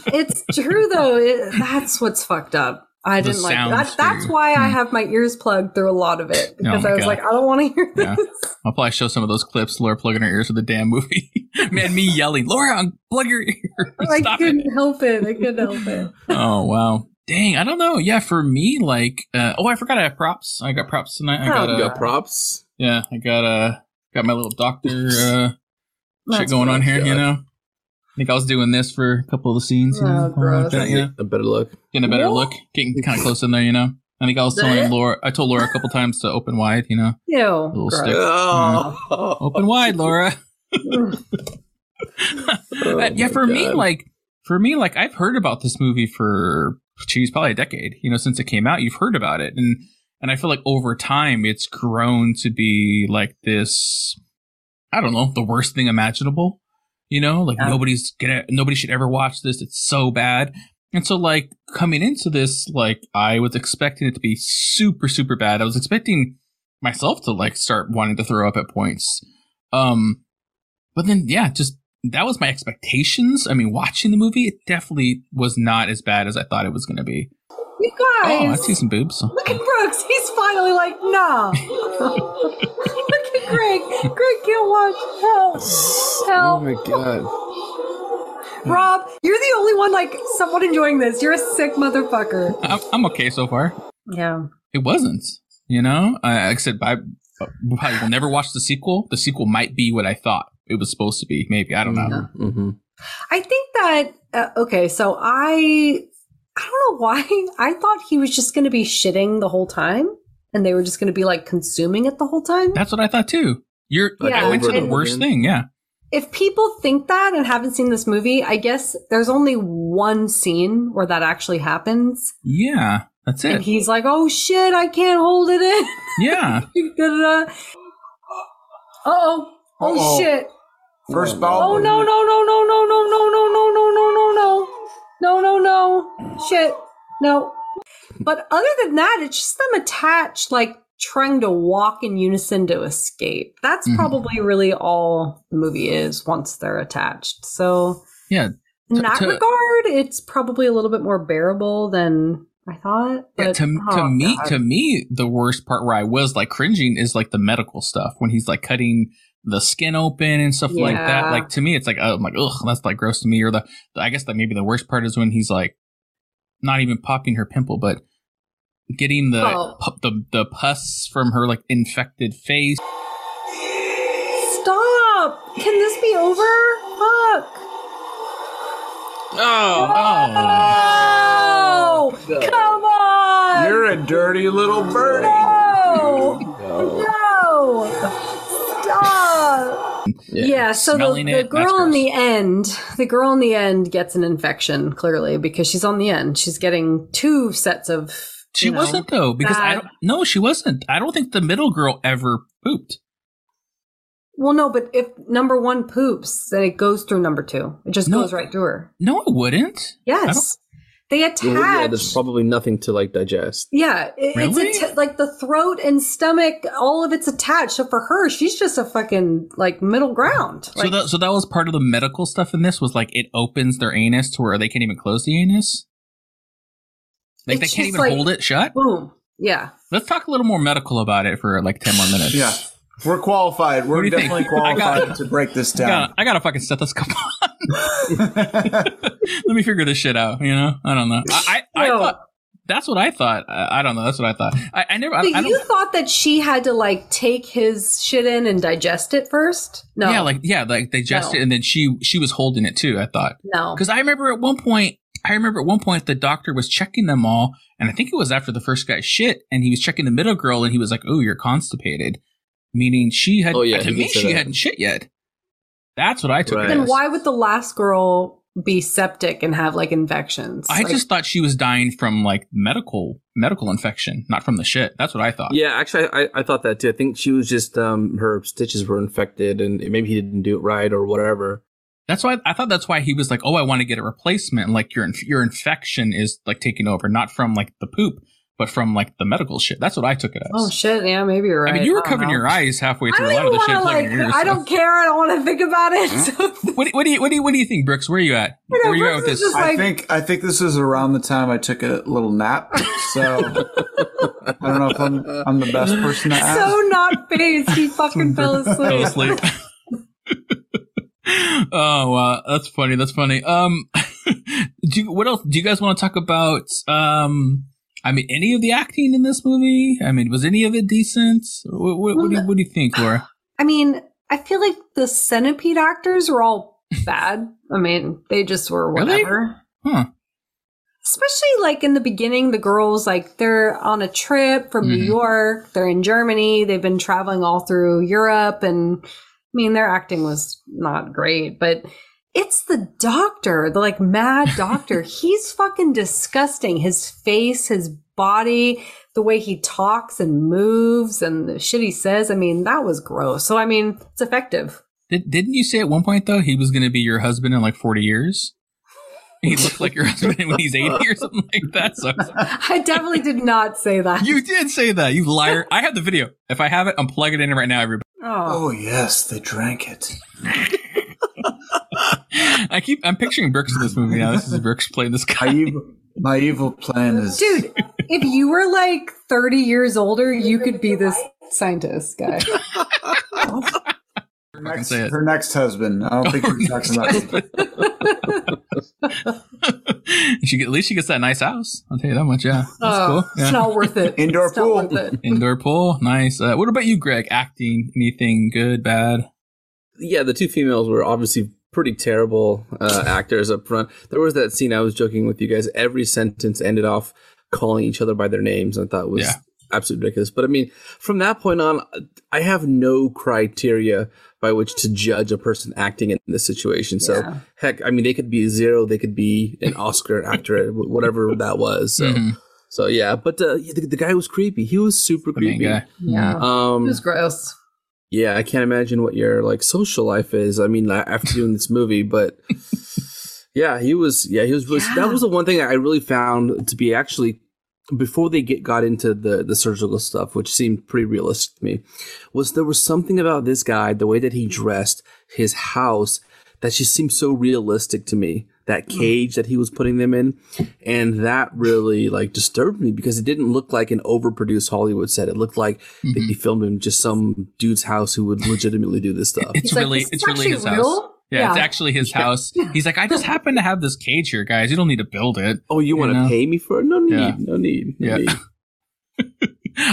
Speaker 5: it's true though. It, that's what's fucked up. I
Speaker 6: The
Speaker 5: didn't like
Speaker 6: sounds,
Speaker 5: that. That's
Speaker 6: too.
Speaker 5: why I
Speaker 6: Mm.
Speaker 5: have my ears plugged through a lot of it because
Speaker 6: my
Speaker 5: I was
Speaker 6: God.
Speaker 5: like, I don't want to hear this.
Speaker 6: Yeah. I'll probably show some of those clips. Laura plugging her ears with the damn movie. Man, me yelling, Laura, plug your ears.
Speaker 5: I
Speaker 6: Stop it.
Speaker 5: couldn't help it. I couldn't help it.
Speaker 6: Oh wow. Dang, I don't know. Yeah, for me, like, uh, oh, I forgot I have props. I got props tonight. I
Speaker 5: Oh,
Speaker 6: got,
Speaker 7: You
Speaker 6: uh,
Speaker 7: got props.
Speaker 6: yeah, I got uh, got my little doctor uh, shit
Speaker 5: That's
Speaker 6: going on here. You
Speaker 7: God.
Speaker 6: know, I think I was doing this for a couple of the scenes. You know,
Speaker 5: Oh,
Speaker 6: something like
Speaker 5: gross.
Speaker 6: that, you know?
Speaker 7: A better look.
Speaker 6: getting a better look, getting kind of close in there. You know, I think I was telling Laura. I told Laura a couple times to open wide. You know,
Speaker 5: Ew.
Speaker 6: little
Speaker 5: gross.
Speaker 6: stick.
Speaker 7: Oh. Mm-hmm.
Speaker 6: open wide, Laura. Uh, yeah,
Speaker 7: my
Speaker 6: for me,
Speaker 7: God.
Speaker 6: like for me, like I've heard about this movie for geez, probably a decade. You know, since it came out, you've heard about it, and and I feel like over time, it's grown to be like this. I don't know, the worst thing imaginable. You know, like nobody's gonna, nobody should ever watch this. It's so bad. And so, like coming into this, like I was expecting it to be super, super bad. I was expecting myself to like start wanting to throw up at points. Um, but then, yeah, just that was my expectations. I mean, watching the movie, it definitely was not as bad as I thought it was going to be.
Speaker 5: You
Speaker 6: Oh, I
Speaker 5: guys,
Speaker 6: see some boobs.
Speaker 5: look at Brooks. He's finally like, nah. look at Greg. Greg can't watch. Help.
Speaker 7: Oh
Speaker 5: Help.
Speaker 7: my god.
Speaker 5: Rob, you're the only one like somewhat enjoying this. You're a sick motherfucker.
Speaker 6: I'm, I'm okay so far.
Speaker 5: Yeah.
Speaker 6: It wasn't, you know. I, I said I we probably will never watch the sequel. The sequel might be what I thought it was supposed to be. Maybe I don't know.
Speaker 7: Mm-hmm.
Speaker 5: I think that uh, okay, so I I don't know why I thought he was just going to be shitting the whole time, and they were just going to be like consuming it the whole time.
Speaker 6: That's what I thought too. You're like,
Speaker 5: Yeah,
Speaker 6: I went to the
Speaker 5: and-
Speaker 6: worst thing. Yeah.
Speaker 5: If people think that and haven't seen this movie, I guess there's only one scene where that actually happens,
Speaker 6: Yeah. That's
Speaker 5: and
Speaker 6: it.
Speaker 5: he's like, "Oh shit, I can't hold it in."
Speaker 6: Yeah.
Speaker 5: Da-da-da. Uh-oh. Oh
Speaker 8: Uh-oh.
Speaker 5: shit.
Speaker 8: First ball.
Speaker 5: Oh no, no, no, no, no, no, no, no, no, no, no, no, no. No, no, no. Shit. No. But other than that, it's just them attached, like trying to walk in unison to escape. That's
Speaker 6: Mhm.
Speaker 5: probably really all the movie is once they're attached. So
Speaker 6: Yeah.
Speaker 5: in
Speaker 6: To-
Speaker 5: that
Speaker 6: to-
Speaker 5: regard, it's probably a little bit more bearable than I thought. But,
Speaker 6: Yeah, to
Speaker 5: oh,
Speaker 6: to me
Speaker 5: God.
Speaker 6: to me the worst part where I was like cringing is like the medical stuff when he's like cutting the skin open and stuff like that.
Speaker 5: Yeah.
Speaker 6: Like to me, it's like oh, I'm like ugh, that's like gross to me. Or the I guess that maybe the worst part is when he's like not even popping her pimple, but getting the
Speaker 5: Oh.
Speaker 6: pu- the the pus from her like infected face.
Speaker 5: Stop! Can this be over? Fuck!
Speaker 6: Oh,
Speaker 5: Oh! Come on!
Speaker 8: You're a dirty little birdie.
Speaker 5: No! No! Stop! Yeah, so the,
Speaker 6: smelling
Speaker 5: the
Speaker 6: it, that's
Speaker 5: girl in
Speaker 6: gross.
Speaker 5: the end, the girl in the end gets an infection, clearly, because she's on the end. She's getting two sets of.
Speaker 6: She
Speaker 5: you know,
Speaker 6: wasn't though, because I
Speaker 5: bad.
Speaker 6: don't, no, she wasn't. I don't think the middle girl ever pooped.
Speaker 5: Well, no, but if number one poops, then it goes through number two. It just
Speaker 6: No.
Speaker 5: goes right through her.
Speaker 6: No, it wouldn't.
Speaker 5: Yes. They
Speaker 7: Well, yeah,
Speaker 5: attach.
Speaker 7: there's probably nothing to like digest.
Speaker 5: Yeah, it,
Speaker 6: Really?
Speaker 5: it's atta- like the throat and stomach, all of it's attached. So for her, she's just a fucking like middle ground.
Speaker 6: so
Speaker 5: Like,
Speaker 6: that so that was part of the medical stuff in this was like it opens their anus to where they can't even close the anus. Like
Speaker 5: It's
Speaker 6: they can't
Speaker 5: just
Speaker 6: even
Speaker 5: like-
Speaker 6: hold it shut.
Speaker 5: boom. Yeah.
Speaker 6: Let's talk a little more medical about it for like ten more minutes.
Speaker 8: Yeah. We're qualified.
Speaker 6: What do
Speaker 8: We're
Speaker 6: you think?
Speaker 8: definitely
Speaker 6: I got
Speaker 8: qualified to break this
Speaker 6: I
Speaker 8: down.
Speaker 6: got, I got a fucking stethoscope on. Let me figure this shit out. You know, I don't know. I, I, I
Speaker 5: No.
Speaker 6: thought that's what I thought. I, I don't know. That's what I thought. I, I never. I,
Speaker 5: But
Speaker 6: I
Speaker 5: you
Speaker 6: don't.
Speaker 5: thought that she had to like take his shit in and digest it first? No.
Speaker 6: Yeah, like yeah, like they just
Speaker 5: No.
Speaker 6: it, and then she she was holding it too. I thought
Speaker 5: no.
Speaker 6: because I remember at one point. I remember at one point the doctor was checking them all, and I think it was after the first guy shit, and he was checking the middle girl, and he was like, "Oh, you're constipated," meaning she had.
Speaker 7: Oh, yeah,
Speaker 6: to
Speaker 7: he
Speaker 6: me,
Speaker 7: did say
Speaker 6: she
Speaker 7: that.
Speaker 6: hadn't shit yet. That's what I took. it
Speaker 7: Right.
Speaker 6: as.
Speaker 5: Then why would the last girl be septic and have like infections?
Speaker 6: I
Speaker 5: Like,
Speaker 6: just thought she was dying from like medical medical infection, not from the shit. That's what I thought.
Speaker 7: Yeah, actually, I, I- I thought that too. I think she was just um her stitches were infected, and maybe he didn't do it right or whatever.
Speaker 6: That's why I thought that's why he was like, "Oh, I want to get a replacement." and, Like your inf- your infection is like taking over, not from like the poop, but from like the medical shit. That's what I took it as.
Speaker 5: Oh shit! Yeah, maybe you're right.
Speaker 6: I mean, you were
Speaker 5: don't
Speaker 6: covering
Speaker 5: know.
Speaker 6: your eyes halfway
Speaker 5: I
Speaker 6: through
Speaker 5: don't
Speaker 6: a lot
Speaker 5: even
Speaker 6: of the
Speaker 5: want
Speaker 6: shit.
Speaker 5: to like.
Speaker 6: plugging your ears
Speaker 5: I don't
Speaker 6: up.
Speaker 5: care. I don't want to think about it. So
Speaker 6: What, do- what do you what do you what do you think, Brooks? Where are you at?
Speaker 5: You know,
Speaker 6: Where are you at
Speaker 5: Brooks
Speaker 6: with this?
Speaker 5: is just
Speaker 8: I
Speaker 5: like-
Speaker 8: think I think this is around the time I took a little nap. So I don't know if I'm I'm the best person to
Speaker 6: Ah.
Speaker 8: ask.
Speaker 5: so not phased. He fucking fell
Speaker 6: fell
Speaker 5: asleep.
Speaker 6: asleep. oh wow, that's funny. That's funny. Um, do you, what else? Do you guys want to talk about? Um, I mean, any of the acting in this movie? I mean, was any of it decent? What, what, what, do, you, what do you think, Laura?
Speaker 5: I mean, I feel like the centipede actors were all bad. I mean, they just were
Speaker 6: Really?
Speaker 5: whatever.
Speaker 6: Huh?
Speaker 5: Especially like in the beginning, the girls like they're on a trip from New
Speaker 6: Mhm.
Speaker 5: York. They're in Germany. They've been traveling all through Europe, and I mean, their acting was not great, but. It's the doctor, the like mad doctor. He's fucking disgusting. His face, his body, the way he talks and moves and the shit he says. I mean, that was gross. So, I mean, it's effective.
Speaker 6: Did, didn't you say at one point though he was going to be your husband in like forty years? He looked like your husband when he's eighty or something like that. So
Speaker 5: I definitely did not say that.
Speaker 6: you did say that, you liar! I have the video. If I have it, I'm plugging it in right now, everybody.
Speaker 5: oh.
Speaker 8: oh yes, they drank it.
Speaker 6: I keep I'm picturing Brooks in this movie now. This is Brooks playing this guy.
Speaker 8: My evil, my evil plan is
Speaker 5: Dude, if you were like 30 years older, you could be this scientist guy.
Speaker 8: her
Speaker 6: fucking
Speaker 8: next,
Speaker 6: say it.
Speaker 8: her next husband. I don't think you're talking about me.
Speaker 6: she get- at least she gets that nice house. I'll tell you that much. Yeah, that's
Speaker 5: Oh,
Speaker 6: cool. Yeah.
Speaker 5: It's not worth it.
Speaker 8: Indoor
Speaker 5: It's not
Speaker 8: pool.
Speaker 5: worth it.
Speaker 6: Indoor pool, nice. Uh, what about you, Greg? Acting, anything good, bad?
Speaker 7: Yeah, the two females were obviously pretty terrible uh, actors up front. There was that scene I was joking with you guys. Every sentence ended off calling each other by their names. I thought was
Speaker 6: Yeah.
Speaker 7: absolutely ridiculous. But I mean, from that point on, I have no criteria by which to judge a person acting in this situation. So heck, I mean, they could be zero, they could be an Oscar actor, wh- whatever that was. So.
Speaker 6: Mm-hmm.
Speaker 7: So yeah, but uh, the, the guy was creepy. He was super
Speaker 6: The main
Speaker 7: creepy.
Speaker 6: guy.
Speaker 5: Yeah. It
Speaker 7: Um,
Speaker 5: was gross.
Speaker 7: yeah, I can't imagine what your like social life is. I mean, like, after doing this movie, but yeah, he was. Yeah, he was. Really, That was the one thing that I really found to be actually before they get got into the the surgical stuff, which seemed pretty realistic to me, was there was something about this guy, the way that he dressed, his house, that just seemed so realistic to me. That
Speaker 6: Mm.
Speaker 7: cage that he was putting them in, and that really like disturbed me because it didn't look like an overproduced Hollywood set. It looked like
Speaker 6: Mm-hmm.
Speaker 7: they filmed in just some dude's house who would legitimately do this stuff.
Speaker 6: It's
Speaker 5: like,
Speaker 6: really,
Speaker 5: this is
Speaker 6: it's really
Speaker 5: actually
Speaker 6: his house.
Speaker 5: real?
Speaker 6: Yeah, it's
Speaker 5: Yeah.
Speaker 6: actually his house. He's like, I just happen to have this cage here, guys. You don't need to build it.
Speaker 7: Oh, you want to
Speaker 6: know?
Speaker 7: pay me for it? No need,
Speaker 6: Yeah.
Speaker 7: no need, no
Speaker 6: Yeah.
Speaker 7: need.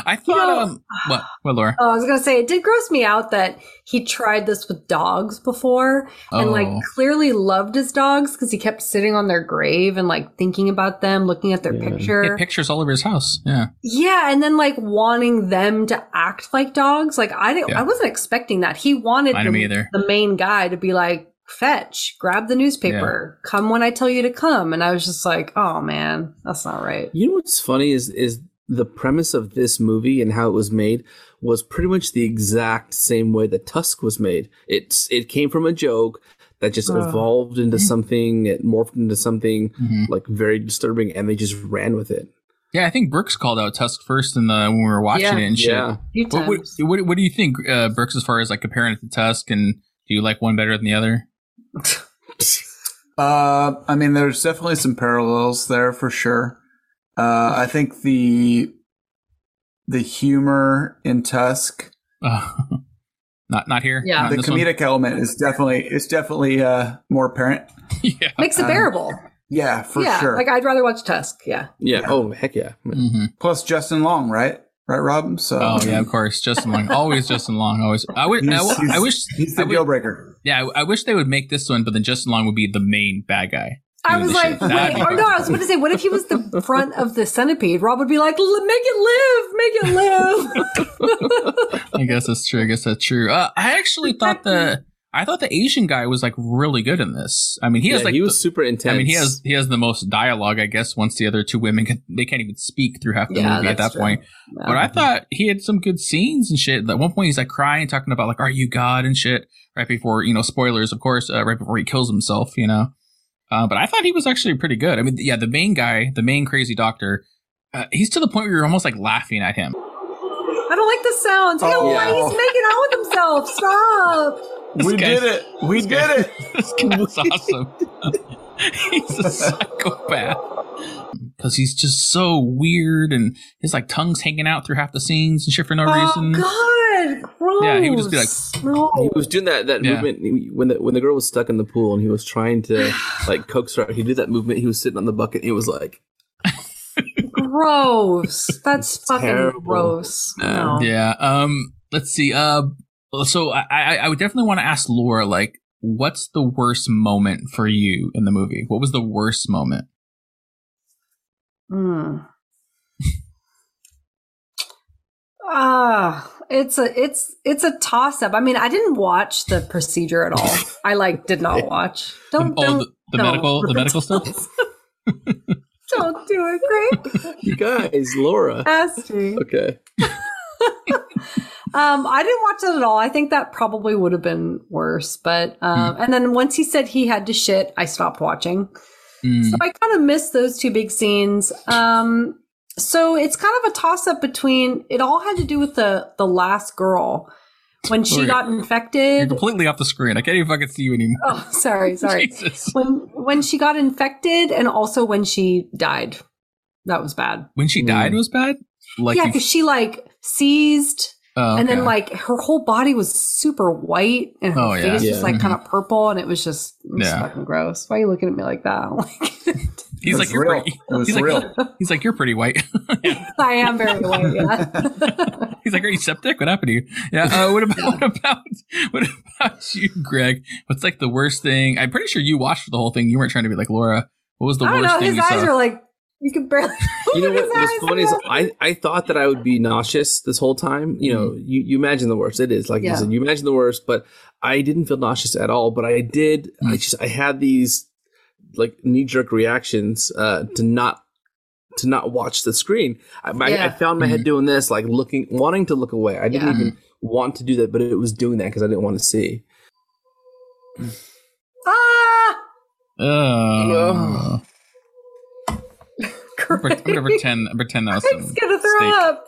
Speaker 6: I thought,
Speaker 5: know-
Speaker 6: um, what, what, Laura?
Speaker 5: Oh, I was gonna say it did gross me out that he tried this with dogs before and like
Speaker 6: Oh.
Speaker 5: clearly loved his dogs because he kept sitting on their grave and like thinking about them, looking at their picture.
Speaker 6: It pictures all over his house. Yeah.
Speaker 5: yeah, and then like wanting them to act like dogs. Like I didn't
Speaker 6: Yeah.
Speaker 5: I wasn't expecting that. He wanted
Speaker 6: I didn't
Speaker 5: the,
Speaker 6: either.
Speaker 5: the main guy to be like, fetch, grab the newspaper, come when I tell you to come. And I was just like, Oh man, that's not right.
Speaker 7: You know what's funny is is the premise of this movie and how it was made was pretty much the exact same way that Tusk was made. It's it came from a joke that just
Speaker 5: Ugh.
Speaker 7: evolved into something, it morphed into something
Speaker 6: Mhm.
Speaker 7: like very disturbing, and they just ran with it.
Speaker 6: Yeah. I think Brooks called out Tusk first in the, when we were watching
Speaker 5: Yeah.
Speaker 6: it and shit.
Speaker 7: Yeah,
Speaker 5: Few
Speaker 6: What, what,
Speaker 5: times.
Speaker 6: what, what do you think, uh, Brooks, as far as like comparing it to Tusk and do you like one better than the other?
Speaker 8: Uh, I mean, there's definitely some parallels there for sure. Uh, I think the the humor in Tusk,
Speaker 6: Uh, not, not here.
Speaker 5: Yeah.
Speaker 6: Not in
Speaker 8: the
Speaker 6: this one?
Speaker 8: comedic element is definitely it's definitely uh, more apparent.
Speaker 6: yeah.
Speaker 5: Makes it
Speaker 8: um,
Speaker 5: bearable.
Speaker 8: Yeah, for
Speaker 5: yeah.
Speaker 8: sure.
Speaker 5: Like I'd rather watch Tusk, yeah.
Speaker 7: yeah. Oh heck yeah!
Speaker 6: hmm
Speaker 8: Plus Justin Long, right? Right, Rob. So
Speaker 6: Oh yeah, of course, Justin Long. Always Justin Long. Always. I wish. I,
Speaker 8: He's-
Speaker 6: w- I wish.
Speaker 8: he's
Speaker 6: I
Speaker 8: the
Speaker 6: would-
Speaker 8: deal breaker.
Speaker 6: Yeah, I, I wish they would make this one, but then Justin Long would be the main bad guy.
Speaker 5: I was
Speaker 6: Dude, this
Speaker 5: like,
Speaker 6: shit- that'd
Speaker 5: wait,
Speaker 6: be
Speaker 5: or no, I was going to say, what if he was the front of the centipede? Rob would be like, "L- make it live, make it live.
Speaker 6: I guess that's true. I guess that's true. Uh, I actually thought the I thought the Asian guy was like really good in this. I mean, he
Speaker 7: He,
Speaker 6: has like
Speaker 7: he
Speaker 6: the-
Speaker 7: was super intense.
Speaker 6: I mean, he has he has the most dialogue, I guess. Once the other two women can, they can't even speak through half the
Speaker 5: Yeah,
Speaker 6: movie at
Speaker 5: that's
Speaker 6: that
Speaker 5: true.
Speaker 6: point. But I thought he had some good scenes and shit. At one point, he's like crying, talking about like "Are you God?" and shit. Right before you know, spoilers, of course. Uh, right before he kills himself, you know. Uh, but I thought he was actually pretty good. I mean, yeah, the main guy, the main crazy doctor, uh, he's to the point where you're almost like laughing at him.
Speaker 5: I don't like the sounds. Oh,
Speaker 8: Oh,
Speaker 5: why
Speaker 8: yeah.
Speaker 5: he's making out with himself. Stop.
Speaker 8: We
Speaker 6: guy's-
Speaker 8: did it. We
Speaker 6: guy-
Speaker 8: did it.
Speaker 6: this guy's awesome. he's a psychopath because he's just so weird and his like tongue's hanging out through half the scenes and shit for no reason.
Speaker 5: Oh, God. Gross.
Speaker 6: Yeah, he would just be like,
Speaker 5: no.
Speaker 7: He was doing that that
Speaker 6: Yeah.
Speaker 7: movement when the when the girl was stuck in the pool and he was trying to like coax her out. He did that movement. He was sitting on the bucket. It was like
Speaker 5: gross. That's fucking
Speaker 7: terrible.
Speaker 5: gross. No.
Speaker 6: Yeah. Um. Let's see. Uh. So I I, I would definitely want to ask Laura like, what's the worst moment for you in the movie? What was the worst moment?
Speaker 5: Mm. Ah, it's a it's it's a toss up. I mean, I didn't watch the procedure at all. I like did not watch. Don't
Speaker 6: oh,
Speaker 5: don't,
Speaker 6: the, the
Speaker 5: no.
Speaker 6: medical the medical stuff.
Speaker 5: don't do it, Great.
Speaker 7: you guys, Laura.
Speaker 5: Ask me.
Speaker 7: Okay.
Speaker 5: Um, I didn't watch that at all. I think that probably would have been worse. But um,
Speaker 6: Hmm.
Speaker 5: and then once he said he had to shit, I stopped watching.
Speaker 6: Mm.
Speaker 5: So I kind of missed those two big scenes. Um, so it's kind of a toss up between. It all had to do with the the last girl when she
Speaker 6: Sorry.
Speaker 5: got
Speaker 6: Oh, You're
Speaker 5: infected.
Speaker 6: completely off the screen. I can't even fucking see you anymore.
Speaker 5: Oh, sorry, sorry.
Speaker 6: Jesus.
Speaker 5: when when she got infected and also when she died, that was bad.
Speaker 6: When she died was bad. Like
Speaker 5: yeah,
Speaker 6: you-
Speaker 5: because she like seized
Speaker 6: oh,
Speaker 5: and then
Speaker 6: okay.
Speaker 5: like her whole body was super white and her
Speaker 6: Oh, yeah.
Speaker 5: face was
Speaker 7: Yeah.
Speaker 5: like kind of purple and it was just it was
Speaker 6: Yeah.
Speaker 5: fucking gross. Why are you looking at me like that? Like,
Speaker 6: he's
Speaker 8: It
Speaker 6: like
Speaker 8: was
Speaker 6: you're
Speaker 8: real.
Speaker 6: pretty.
Speaker 8: It was
Speaker 6: he's like
Speaker 8: real.
Speaker 6: he's like you're pretty white.
Speaker 5: I am very white. Yeah.
Speaker 6: he's like are you septic? What happened to you? Yeah. Uh, what about what about what about you, Greg? What's like the worst thing? I'm pretty sure you watched the whole thing. You weren't trying to be like Laura. What was the
Speaker 5: I don't
Speaker 6: worst
Speaker 5: know.
Speaker 6: thing
Speaker 5: His
Speaker 6: you
Speaker 5: eyes
Speaker 6: saw?
Speaker 5: are like you can barely.
Speaker 7: You know
Speaker 5: Look
Speaker 7: what?
Speaker 5: at
Speaker 7: What's
Speaker 5: his eyes.
Speaker 7: funny is I, I thought that I would be nauseous this whole time. You know, you, you imagine the worst. It is like
Speaker 5: Mm-hmm. Yeah.
Speaker 7: you said, you imagine the worst, but I didn't feel nauseous at all. But I did.
Speaker 5: Mm.
Speaker 7: I just I had these like knee jerk reactions uh, to not to not watch the screen. I, I- I,
Speaker 5: Yeah. Mm-hmm.
Speaker 7: found my head doing this, like looking, wanting to look away. I didn't
Speaker 5: Yeah.
Speaker 7: even want to do that, but it was doing that because I didn't want to see.
Speaker 5: ah,
Speaker 6: Oh. I'm
Speaker 5: Greg,
Speaker 6: gonna pretend pretend that was some
Speaker 5: Greg's gonna throw
Speaker 6: steak.
Speaker 5: up.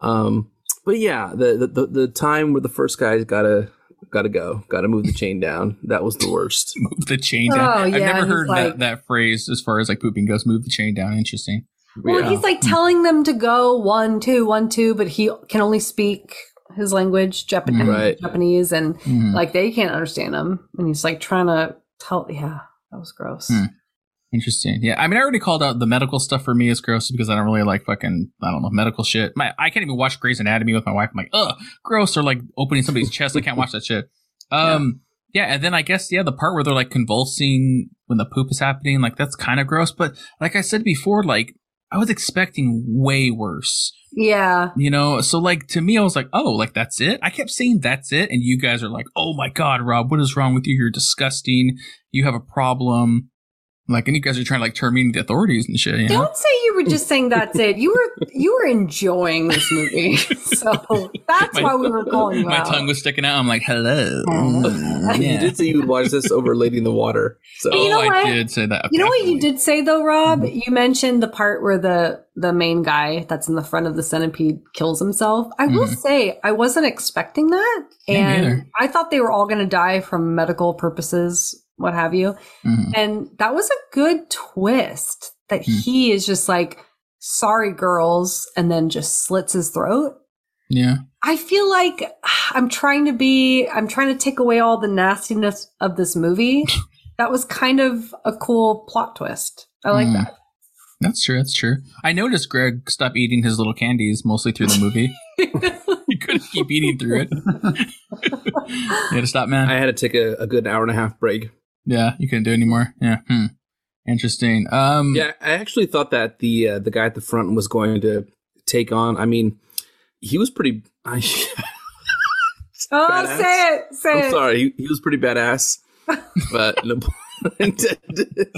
Speaker 7: Um, but yeah, the, the the the time where the first guy's gotta gotta go, gotta move the chain down. That was the worst.
Speaker 6: Move the chain down.
Speaker 5: Oh,
Speaker 6: I've
Speaker 5: yeah,
Speaker 6: never
Speaker 5: he's
Speaker 6: heard
Speaker 5: like-
Speaker 6: that, that phrase as far as like pooping goes. Move the chain down. Interesting.
Speaker 5: Well,
Speaker 7: Yeah.
Speaker 5: he's like
Speaker 6: Mm-hmm.
Speaker 5: telling them to go one, two, one, two, but he can only speak his language,
Speaker 6: Mm-hmm.
Speaker 5: Japan-
Speaker 7: Right.
Speaker 5: Japanese, and
Speaker 6: Mhm. Hmm.
Speaker 5: like they can't understand him. And he's like trying to tell, yeah, that was gross.
Speaker 6: Interesting. Yeah. I mean, I already called out the medical stuff for me is gross because I don't really like fucking, I don't know, medical shit. My, I can't even watch Grey's Anatomy with my wife. I'm like, ugh, gross. Or like opening somebody's chest. I can't watch that shit. Um, yeah. And then I guess, yeah, the part where they're like convulsing when the poop is happening, like that's kind of gross. But like I said before, like I was expecting way worse,
Speaker 5: Yeah.
Speaker 6: you know? So like to me, I was like, oh, like that's it. I kept saying that's it. And you guys are like, oh my God, Rob, what is wrong with you? You're disgusting. You have a problem. Like, and you guys are trying to like turn me into the authorities and shit, you know?
Speaker 5: Don't say you were just saying that's it. You were you were enjoying this movie, so that's
Speaker 6: My-
Speaker 5: why we were calling you
Speaker 6: My
Speaker 5: out.
Speaker 6: tongue was sticking out. I'm like, hello. Mm,
Speaker 7: You
Speaker 6: yeah.
Speaker 7: did say you would watch this over Lady in the Water. So
Speaker 5: You know
Speaker 6: oh,
Speaker 5: what?
Speaker 6: I did say that.
Speaker 5: you know what you
Speaker 6: definitely.
Speaker 5: did say though, Rob?
Speaker 6: Mm-hmm.
Speaker 5: You mentioned the part where the the main guy that's in the front of the centipede kills himself. I will say I wasn't expecting that,
Speaker 6: Mm-hmm. Me
Speaker 5: and
Speaker 6: neither.
Speaker 5: I thought they were all going to die from medical purposes, what have you.
Speaker 6: Mhm.
Speaker 5: And that was a good twist that
Speaker 6: Hmm.
Speaker 5: he is just like, sorry, girls, and then just slits his throat.
Speaker 6: Yeah.
Speaker 5: I feel like I'm trying to be, I'm trying to take away all the nastiness of this movie. that was kind of a cool plot twist. I like
Speaker 6: Mm.
Speaker 5: that.
Speaker 6: That's true. That's true. I noticed Greg stopped eating his little candies mostly through the movie. he couldn't keep eating through it. you had to stop, man.
Speaker 7: I had to take a, a good hour and a half break.
Speaker 6: yeah, you couldn't do it anymore. Yeah. Hmm. Interesting. Um,
Speaker 7: Yeah, I actually thought that the uh, the guy at the front was going to take on. I mean, he was pretty. I,
Speaker 5: Oh,
Speaker 7: Badass.
Speaker 5: say it, say
Speaker 7: I'm
Speaker 5: it.
Speaker 7: sorry, he, he was pretty badass, but no pun intended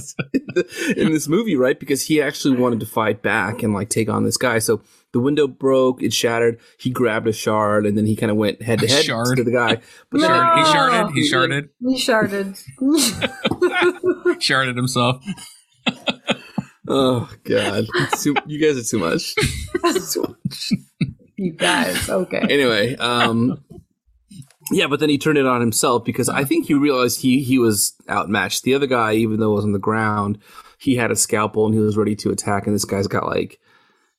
Speaker 7: in this movie, right? Because he actually wanted to fight back and like take on this guy. So the window broke, it shattered. He grabbed a shard, and then he kind of went head to head
Speaker 6: Shard.
Speaker 7: to the guy. But
Speaker 6: He
Speaker 5: No.
Speaker 6: sharded. He sharded. He sharded.
Speaker 5: You sharded.
Speaker 6: Sharded himself.
Speaker 7: oh god, It's too- you guys are too much. Too much.
Speaker 5: you guys, okay.
Speaker 7: anyway, um, yeah, but then he turned it on himself because I think he realized he he was outmatched. The other guy, even though it was on the ground, he had a scalpel and he was ready to attack, and this guy's got like,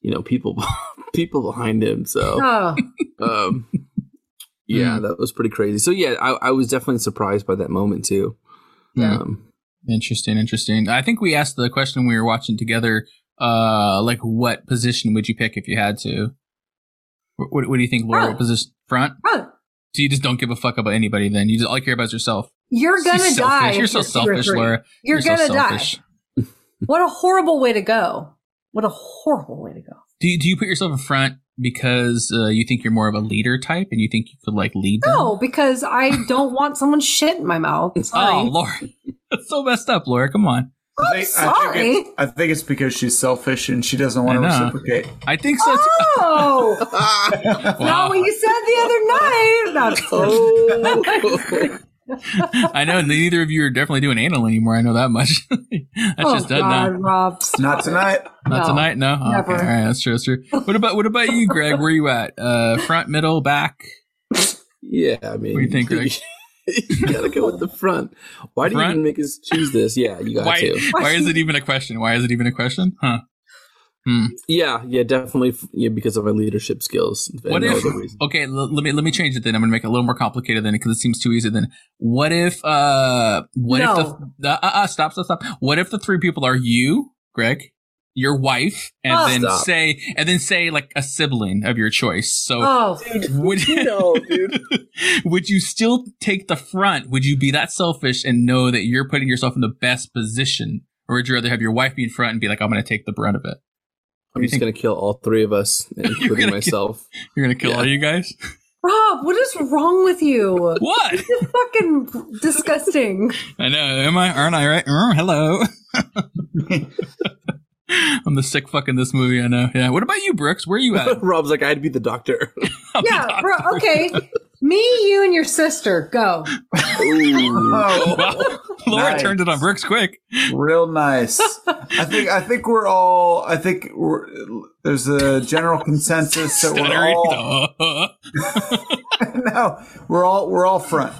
Speaker 7: you know, people people behind him. So,
Speaker 5: Oh,
Speaker 7: um, yeah, that was pretty crazy. So yeah, I, I was definitely surprised by that moment too.
Speaker 6: Yeah.
Speaker 7: Um,
Speaker 6: Hmm. Interesting, interesting. I think we asked the question when we were watching together. Uh, like, what position would you pick if you had to? Wh- What, what do you think, Laura? What
Speaker 5: Front.
Speaker 6: position? Front.
Speaker 5: Front.
Speaker 6: So you just don't give a fuck about anybody. Then you just all you care about is yourself.
Speaker 5: you're gonna
Speaker 6: She's selfish.
Speaker 5: die.
Speaker 6: You're
Speaker 5: if
Speaker 6: so
Speaker 5: two or
Speaker 6: selfish,
Speaker 5: three.
Speaker 6: Laura.
Speaker 5: You're,
Speaker 6: so
Speaker 5: gonna
Speaker 6: selfish.
Speaker 5: die. What a horrible way to go. What a horrible way to go.
Speaker 6: Do you, do you put yourself in front because uh, you think you're more of a leader type and you think you could like lead them?
Speaker 5: No, because I don't want someone's shit in my mouth.
Speaker 6: Oh,
Speaker 5: Sorry.
Speaker 6: Laura, that's so messed up, Laura. Come on.
Speaker 8: I think- I,
Speaker 5: sorry.
Speaker 8: think it's, I think it's because she's selfish and she doesn't want
Speaker 6: I
Speaker 8: to
Speaker 6: know.
Speaker 8: reciprocate.
Speaker 6: I think so. too.
Speaker 5: Oh, not
Speaker 6: Wow.
Speaker 5: what you said the other night. No, I'm just kidding.
Speaker 7: oh,
Speaker 6: I know neither of you are definitely doing anal anymore. I know that much. that's just done now.
Speaker 5: Rob.
Speaker 8: Not tonight.
Speaker 6: Not
Speaker 5: Oh, No.
Speaker 6: tonight, no. Oh,
Speaker 5: Never.
Speaker 6: okay. All right, that's true. That's true. What about what about you, Greg? Where you at? Uh, front, middle, back?
Speaker 7: yeah. I mean,
Speaker 6: What do you think, Greg?
Speaker 7: you gotta go with the front. Why do
Speaker 6: Front?
Speaker 7: you even make us choose this? Yeah, you got
Speaker 6: Why?
Speaker 7: to.
Speaker 6: Why is it even a question? Why is it even a question? Huh?
Speaker 7: Yeah, yeah, definitely. f- Yeah, because of my leadership skills. and
Speaker 6: What
Speaker 7: no
Speaker 6: if?
Speaker 7: other reason.
Speaker 6: Okay, l- let me let me change it. Then I'm gonna make it a little more complicated then because it seems too easy. Then what if? Uh, what if
Speaker 5: No.
Speaker 6: the, the uh, uh, stop stop stop? What if the three people are you, Greg? Your wife, and
Speaker 5: Oh.
Speaker 6: then
Speaker 7: Stop.
Speaker 6: say, and then say like a sibling of your choice. So
Speaker 5: Oh,
Speaker 6: Would
Speaker 7: No, dude.
Speaker 6: would you still take the front? Would you be that selfish and know that you're putting yourself in the best position, or would you rather have your wife be in front and be like, "I'm going to take the brunt of it"?
Speaker 7: I'm
Speaker 6: you
Speaker 7: just
Speaker 6: think-
Speaker 7: gonna kill all three of us,
Speaker 6: gonna
Speaker 7: including
Speaker 6: kill-
Speaker 7: myself.
Speaker 6: You're going to kill
Speaker 7: Yeah.
Speaker 6: all you guys.
Speaker 5: Rob, what is wrong with you?
Speaker 6: What?
Speaker 5: This is fucking disgusting.
Speaker 6: I know. Am I? Aren't I right? Mm, hello. I'm the sick fuck in this movie. I know. Yeah. What about you, Brooks? Where are you at?
Speaker 7: Rob's like, I'd be the doctor.
Speaker 6: Oh,
Speaker 5: yeah, bro, okay. Me, you, and your sister. Go.
Speaker 8: Oh,
Speaker 6: Laura
Speaker 8: Nice.
Speaker 6: turned it on Brooks quick.
Speaker 8: real nice. I think I think we're all. I think we're, there's a general consensus that we're
Speaker 6: Stuttering.
Speaker 8: all. No, we're all we're all front.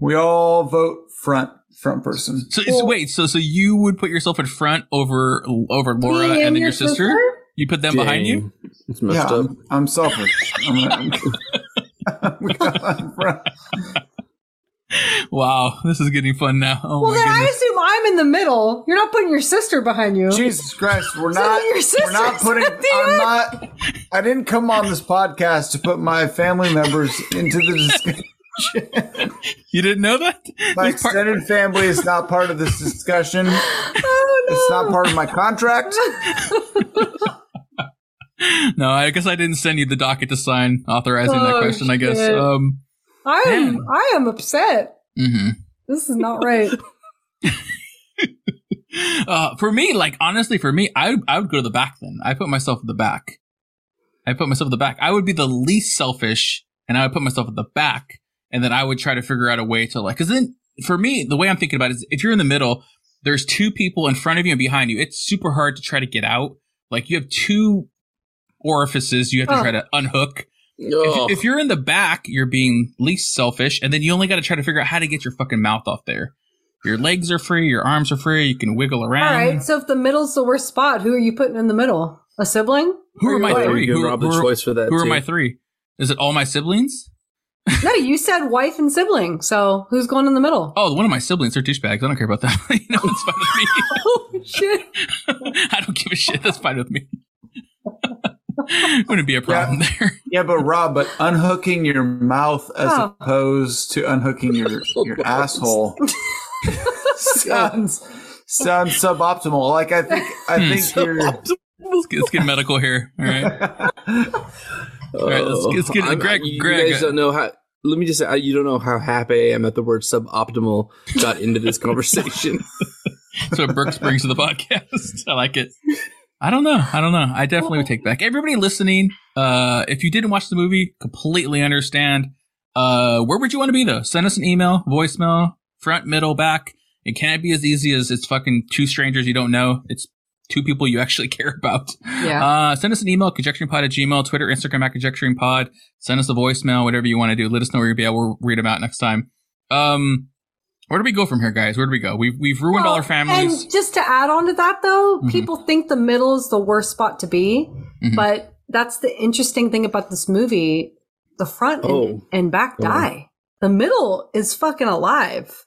Speaker 8: We all vote front front person.
Speaker 6: So, so wait. So so you would put yourself in front over over Laura
Speaker 5: Me
Speaker 6: and, then your sister? You put them behind you.
Speaker 7: Dang. It's messed
Speaker 8: Yeah,
Speaker 7: up.
Speaker 8: I'm, I'm selfish. I'm, I'm, I'm, I'm front.
Speaker 6: Wow, this is getting fun now. Oh
Speaker 5: Well,
Speaker 6: my
Speaker 5: then I
Speaker 6: goodness.
Speaker 5: assume I'm in the middle. You're not putting your sister behind you.
Speaker 8: Jesus Christ, we're not.
Speaker 5: your
Speaker 8: We're not
Speaker 5: sister's
Speaker 8: putting.
Speaker 5: at the
Speaker 8: I'm
Speaker 5: end.
Speaker 8: not. I didn't come on this podcast to put my family members into the discussion.
Speaker 6: you didn't know that?
Speaker 8: My
Speaker 6: This part-
Speaker 8: extended family is not part of this discussion.
Speaker 5: Oh, no.
Speaker 8: It's not part of my contract.
Speaker 6: no, I guess I didn't send you the docket to sign authorizing that
Speaker 5: Oh,
Speaker 6: question. I guess.
Speaker 5: shit.
Speaker 6: Um,
Speaker 5: I am.
Speaker 6: Damn.
Speaker 5: I am upset.
Speaker 6: mhm.
Speaker 5: This is not right.
Speaker 6: uh, for me, like honestly, for me, I I would go to the back. Then I put myself at the back. I put myself at the back. I would be the least selfish, and I would put myself at the back, and then I would try to figure out a way to like. Because then, for me, the way I'm thinking about it is if you're in the middle, there's two people in front of you and behind you. It's super hard to try to get out. Like you have two orifices you have to
Speaker 5: Oh.
Speaker 6: try to unhook.
Speaker 7: Ugh.
Speaker 6: If, if you're in the back, you're being least selfish, and then you only got to try to figure out how to get your fucking mouth off there. Your legs are free, your arms are free, you can wiggle
Speaker 5: All
Speaker 6: around.
Speaker 5: right. So if the middle's the worst spot, who are you putting in the middle? A sibling?
Speaker 6: Who are
Speaker 5: Or
Speaker 6: my
Speaker 5: your wife?
Speaker 6: three?
Speaker 7: You
Speaker 6: Who,
Speaker 7: give Rob the
Speaker 6: who are-
Speaker 7: choice for that.
Speaker 6: who are
Speaker 7: too.
Speaker 6: my three? Is it all my siblings?
Speaker 5: No, you said wife and sibling. So who's going in the middle?
Speaker 6: Oh, one of my siblings are douchebags. I don't care about that. you know, it's fine with
Speaker 5: Oh, shit.
Speaker 6: me. I don't give a shit. That's fine with me. Wouldn't be a problem there.
Speaker 8: Yeah, but Rob, but unhooking your mouth as
Speaker 5: Oh.
Speaker 8: opposed to unhooking your your asshole sounds sounds suboptimal. Like I think I think you're.
Speaker 6: Let's get, let's get medical here. All right. All right, let's- let's get-
Speaker 7: Oh. I'm-
Speaker 6: Greg-
Speaker 7: I- you
Speaker 6: Greg,
Speaker 7: guys
Speaker 6: uh,
Speaker 7: don't know how. Let me just say, I- you don't know how happy I am that the word suboptimal got into this conversation.
Speaker 6: So Brooks brings to the podcast. I like it. I don't know. I don't know. I definitely would take back. Everybody listening, uh, if you didn't watch the movie, completely understand. Uh, where would you want to be though? Send us an email, voicemail, front, middle, back. It can't be as easy as it's fucking two strangers you don't know. It's two people you actually care about.
Speaker 5: Yeah.
Speaker 6: Uh, send us an email, conjecturingpod at gmail, Twitter, Instagram at conjecturingpod. Send us a voicemail, whatever you want to do. Let us know where you'll be at. We'll read them out next time. Um, where do we go from here, guys? Where do we go? We've, we've ruined all our families.
Speaker 5: Oh, And just to add on to that, though,
Speaker 6: Mhm.
Speaker 5: people think the middle is the worst spot to be,
Speaker 6: Mhm.
Speaker 5: but that's the interesting thing about this movie: the front and,
Speaker 7: Oh.
Speaker 5: and back die. The middle is fucking alive.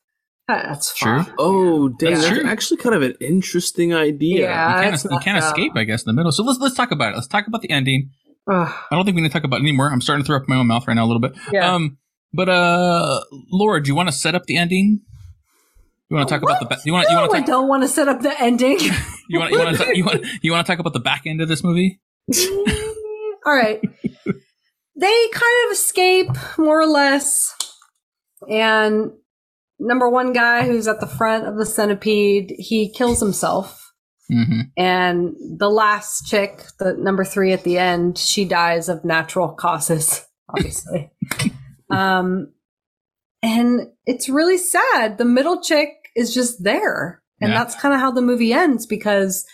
Speaker 5: Uh, That's
Speaker 6: True.
Speaker 5: true.
Speaker 7: Oh, dang,
Speaker 5: That's
Speaker 7: that's,
Speaker 6: true.
Speaker 7: actually kind of an interesting idea.
Speaker 5: Yeah.
Speaker 6: you
Speaker 5: it's
Speaker 6: can't, you
Speaker 5: not
Speaker 6: can't
Speaker 5: that.
Speaker 6: escape, I guess, in the middle. So let's let's talk about it. Let's talk about the ending. I don't think we need to talk about it anymore. I'm starting to throw up my own mouth right now a little bit.
Speaker 5: Yeah.
Speaker 6: Um, but uh, Laura, do you want to set up the ending? You want to talk about the ba- you want you
Speaker 5: no,
Speaker 6: want
Speaker 5: I
Speaker 6: to talk
Speaker 5: don't want to set up the ending.
Speaker 6: you want you want to you want you want to talk about the back end of this movie?
Speaker 5: All right. they kind of escape, more or less. And number one guy who's at the front of the centipede, he kills himself.
Speaker 6: Mm-hmm.
Speaker 5: And the last chick, the number three at the end, she dies of natural causes, obviously. um, and it's really sad. The middle chick is just there, and
Speaker 6: Yeah.
Speaker 5: that's kind of how the movie ends because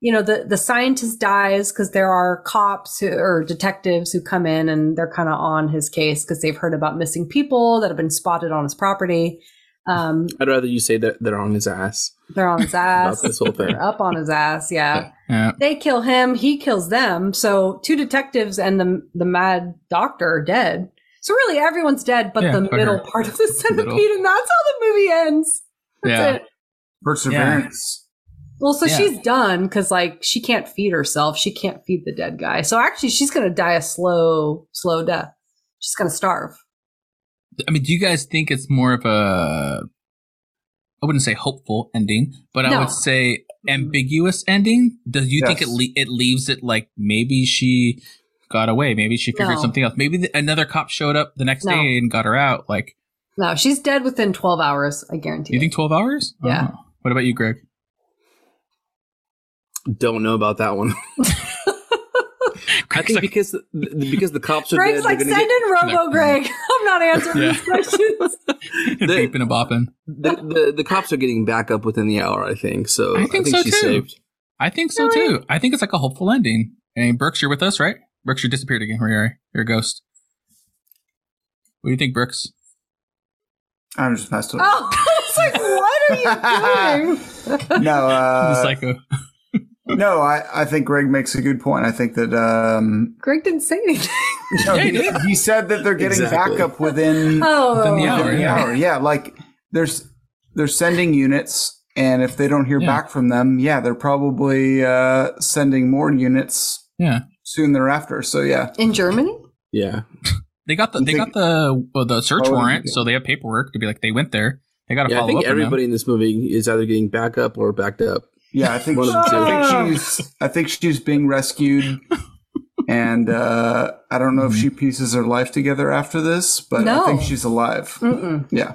Speaker 5: you know the the scientist dies because there are cops who, or detectives who come in and they're kind of on his case because they've heard about missing people that have been spotted on his property. Um,
Speaker 7: I'd rather you say that they're on his ass
Speaker 5: they're on his
Speaker 7: about
Speaker 5: ass.
Speaker 7: this whole thing.
Speaker 5: They're up on his ass, yeah
Speaker 6: Yeah.
Speaker 5: they kill him, he kills them. So two detectives and the the mad doctor are dead. So really, everyone's dead, but
Speaker 6: Yeah,
Speaker 5: the
Speaker 6: okay.
Speaker 5: middle part of the centipede,
Speaker 6: Middle.
Speaker 5: and that's how the movie ends. That's
Speaker 6: yeah.
Speaker 5: it.
Speaker 8: Perseverance.
Speaker 5: Well, so
Speaker 6: Yeah.
Speaker 5: she's done because like she can't feed herself, she can't feed the dead guy. So actually, she's gonna die a slow, slow death. She's gonna starve.
Speaker 6: I mean, do you guys think it's more of a I wouldn't say hopeful ending, but I
Speaker 5: No.
Speaker 6: would say ambiguous ending? Do you think it
Speaker 8: Yes.
Speaker 6: le- it leaves it like maybe she got away, maybe she figured
Speaker 5: No.
Speaker 6: something else, maybe the, another cop showed up the next
Speaker 5: No.
Speaker 6: day and got her out? Like,
Speaker 5: No, she's dead within twelve hours. I guarantee.
Speaker 6: do you
Speaker 5: it.
Speaker 6: think twelve hours? I don't
Speaker 5: Yeah.
Speaker 6: know. What about you, Greg?
Speaker 7: Don't know about that one. I
Speaker 6: Greg's
Speaker 7: think
Speaker 6: like,
Speaker 7: because the, because the cops are
Speaker 5: Greg's
Speaker 7: dead,
Speaker 5: like
Speaker 7: they're gonna
Speaker 5: send
Speaker 7: get-
Speaker 5: in Robo
Speaker 6: No.
Speaker 5: Greg. I'm not answering
Speaker 6: Yeah.
Speaker 5: these questions.
Speaker 7: the-
Speaker 6: beeping and bopping.
Speaker 7: the, the the cops are getting back up within the hour. I think so.
Speaker 6: I think so,
Speaker 7: she's
Speaker 6: too.
Speaker 7: saved.
Speaker 6: I think so too. I think it's like a hopeful ending. And Brooks, you're with us, right? Brooks, you disappeared again. Where you are? You're a ghost. What do you think, Brooks?
Speaker 8: I'm just messed up.
Speaker 5: Oh, it's like what are you doing?
Speaker 8: No, uh,
Speaker 6: the psycho.
Speaker 8: no. I, I think Greg makes a good point. I think that um,
Speaker 5: Greg didn't say anything.
Speaker 8: No, he, he said that they're getting
Speaker 7: Exactly.
Speaker 8: backup within
Speaker 5: Oh,
Speaker 6: Within the hour,
Speaker 8: within an
Speaker 6: yeah.
Speaker 8: hour. Yeah, like there's they're sending units, and if they don't hear
Speaker 6: Yeah.
Speaker 8: back from them, yeah, they're probably uh, sending more units
Speaker 6: Yeah.
Speaker 8: soon thereafter. So yeah,
Speaker 5: in Germany?
Speaker 7: Yeah.
Speaker 6: They got the they got the well, the search
Speaker 8: Oh,
Speaker 6: warrant,
Speaker 8: yeah.
Speaker 6: so they have paperwork to be like they went there. They got to
Speaker 7: Yeah, I
Speaker 6: follow
Speaker 7: think
Speaker 6: up. on them.
Speaker 7: everybody in this movie is either getting back up or backed up.
Speaker 8: yeah, I think,
Speaker 7: One of the two.
Speaker 8: I think she's I think she's being rescued, and uh, I don't know if she pieces her life together after this, but
Speaker 5: No.
Speaker 8: I think she's alive.
Speaker 5: Mm-mm.
Speaker 8: Yeah,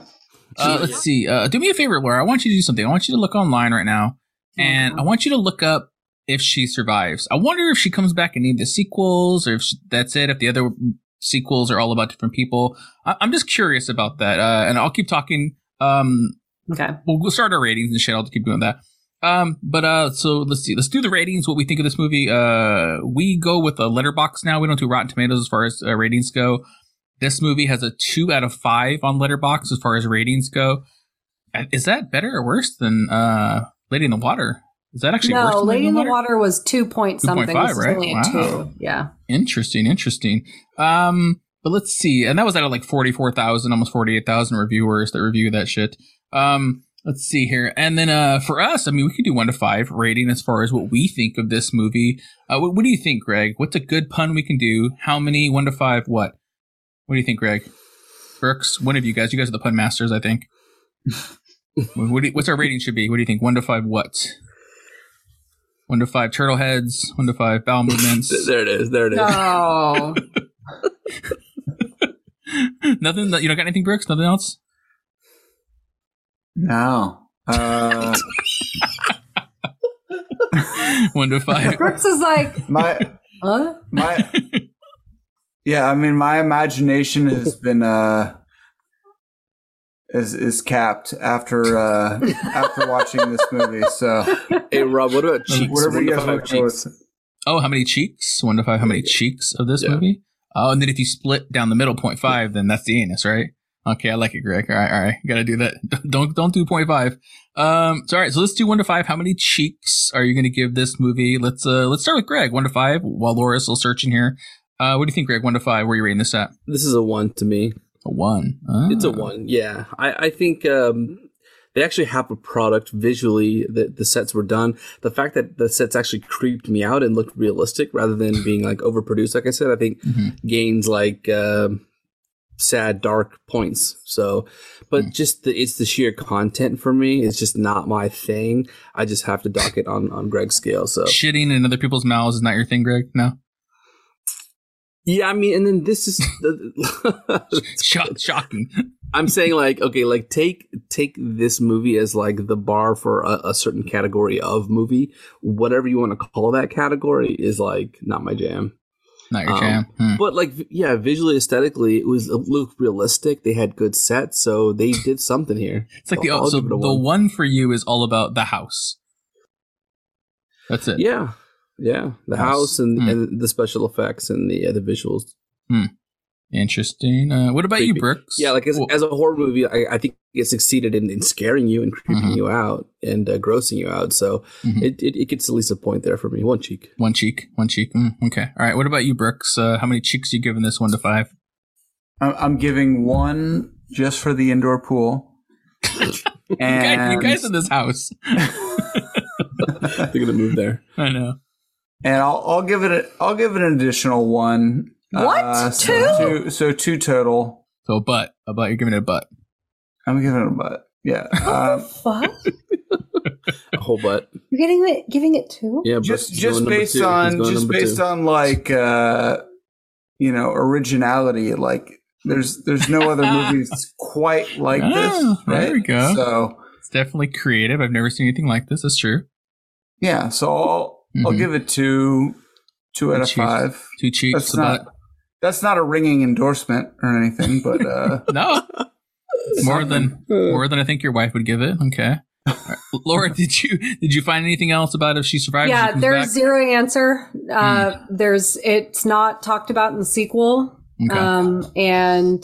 Speaker 6: Uh, let's see. Uh, do me a favor, Laura. I want you to do something. I want you to look online right now, and
Speaker 8: Mm-hmm.
Speaker 6: I want you to look up if she survives. I wonder if she comes back and need the sequels, or if she, that's it. If the other sequels are all about different people, I, I'm just curious about that. Uh, and I'll keep talking. Um,
Speaker 5: Okay.
Speaker 6: we'll, we'll start our ratings and shit. I'll keep doing that. Um, but uh, so let's see. Let's do the ratings. What we think of this movie. Uh, we go with a letterbox now. We don't do Rotten Tomatoes as far as uh, ratings go. This movie has a two out of five on Letterbox as far as ratings go. Uh, Is that better or worse than uh, Lady in the Water? Is that actually worse
Speaker 5: No,
Speaker 6: than
Speaker 5: Lady in the Water was two point something.
Speaker 6: 2.5,
Speaker 5: This is
Speaker 6: right?
Speaker 5: only a
Speaker 6: Wow.
Speaker 5: two. Yeah.
Speaker 6: Interesting, interesting. Um, but let's see. And that was out of like forty-four thousand, almost forty-eight thousand reviewers that review that shit. Um, let's see here. And then uh, for us, I mean, we could do one to five rating as far as what we think of this movie. Uh, what, what do you think, Greg? What's a good pun we can do? How many? One to five? What? What do you think, Greg? Brooks, one of you guys. You guys are the pun masters, I think. what do you, what's our rating should be? What do you think? One to five? What? One to five turtle heads. One to five bowel movements.
Speaker 7: There it is. There it is.
Speaker 5: Oh,
Speaker 6: Nothing. that- You don't got anything, Brooks? Nothing else?
Speaker 8: no. Uh,
Speaker 6: One to five.
Speaker 5: Brooks is like,
Speaker 8: my
Speaker 5: huh?
Speaker 8: my yeah i mean my imagination has been uh is is capped after uh after watching this movie so
Speaker 7: Hey, Rob, what about cheeks?
Speaker 8: Um, whatever
Speaker 7: What
Speaker 8: you guys
Speaker 7: about
Speaker 8: want to go
Speaker 7: cheeks?
Speaker 8: with
Speaker 6: Oh, how many cheeks? One to five. How many cheeks of this
Speaker 7: Yeah.
Speaker 6: movie? Oh, and then if you split down the middle, point five, then that's the anus, right? Okay, I like it, Greg. All right, all right. You gotta do that. Don't don't do point five. Um. So all right. So let's do one to five. How many cheeks are you gonna give this movie? Let's uh let's start with Greg. One to five. While Laura's still searching here. Uh, what do you think, Greg? One to five. Where are you rating this at?
Speaker 7: This is a one to me.
Speaker 6: A one. Ah.
Speaker 7: It's a one. Yeah, I, I think um, they actually have a product visually that the sets were done. The fact that the sets actually creeped me out and looked realistic rather than being like overproduced, like I said, I think gains like um sad dark points. So, but just the it's the sheer content for me. It's just not my thing. I just have to dock it on on Greg's scale. So
Speaker 6: Shitting in other people's mouths is not your thing, Greg. No.
Speaker 7: yeah, I mean, and then this is. the
Speaker 6: Shock, shocking.
Speaker 7: I'm saying like okay, like take take this movie as like the bar for a, a certain category of movie. Whatever you want to call that category is like not my jam.
Speaker 6: Not your
Speaker 7: Um,
Speaker 6: jam. Hmm.
Speaker 7: But like v- yeah, visually aesthetically, it was it looked realistic. They had good sets, so they did something here.
Speaker 6: It's like the
Speaker 7: I'll- I'll
Speaker 6: so
Speaker 7: give
Speaker 6: the
Speaker 7: it a
Speaker 6: one.
Speaker 7: one.
Speaker 6: for you is all about the house. That's it.
Speaker 7: Yeah, yeah, the
Speaker 6: House.
Speaker 7: house and
Speaker 6: Hmm.
Speaker 7: and the special effects and the uh, the visuals.
Speaker 6: Interesting. Uh, what about you,
Speaker 7: Creepy.
Speaker 6: Brooks?
Speaker 7: Yeah, like as,
Speaker 6: Well,
Speaker 7: as a horror movie, I, I think it succeeded in, in scaring you and creeping
Speaker 6: Mhm.
Speaker 7: you out and uh, grossing you out. So
Speaker 6: Mhm.
Speaker 7: it, it it gets at least a point there for me. One cheek.
Speaker 6: one cheek, one cheek. Mm, okay. All right. What about you, Brooks? Uh, how many cheeks you giving this one to five?
Speaker 8: I'm, I'm giving one just for the indoor pool
Speaker 6: You
Speaker 8: and,
Speaker 6: guys, you guys in this house.
Speaker 7: They're gonna move there.
Speaker 6: I know.
Speaker 8: and I'll, I'll give it a, I'll give it an additional one Uh,
Speaker 5: What?
Speaker 8: so two so two total
Speaker 6: So a butt, a butt. You're giving it a butt.
Speaker 8: I'm giving it a butt yeah
Speaker 6: Uh,
Speaker 8: um,
Speaker 5: Fuck.
Speaker 7: A whole butt.
Speaker 5: You're getting it, giving it two?
Speaker 7: Yeah,
Speaker 8: just just based on just based on like uh you know originality like there's there's no other movies quite like this
Speaker 6: Ah,
Speaker 8: right
Speaker 6: there we go.
Speaker 8: so
Speaker 6: It's definitely creative. I've never seen anything like this. That's true.
Speaker 8: yeah so i'll i'll
Speaker 6: Mhm.
Speaker 8: give it two two out of
Speaker 6: Cheeks.
Speaker 8: five
Speaker 6: Two cheeks,
Speaker 8: that's
Speaker 6: a
Speaker 8: not
Speaker 6: butt.
Speaker 8: that's not a ringing endorsement or anything but uh
Speaker 6: No. more than
Speaker 7: Uh.
Speaker 6: more than I think your wife would give it. Okay. All right. Laura, did you did you find anything else about if she survives? she
Speaker 5: Yeah,
Speaker 6: comes
Speaker 5: there's
Speaker 6: back? Hmm.
Speaker 5: zero answer. Uh, There's it's not talked about in the sequel,
Speaker 6: Okay.
Speaker 5: um, and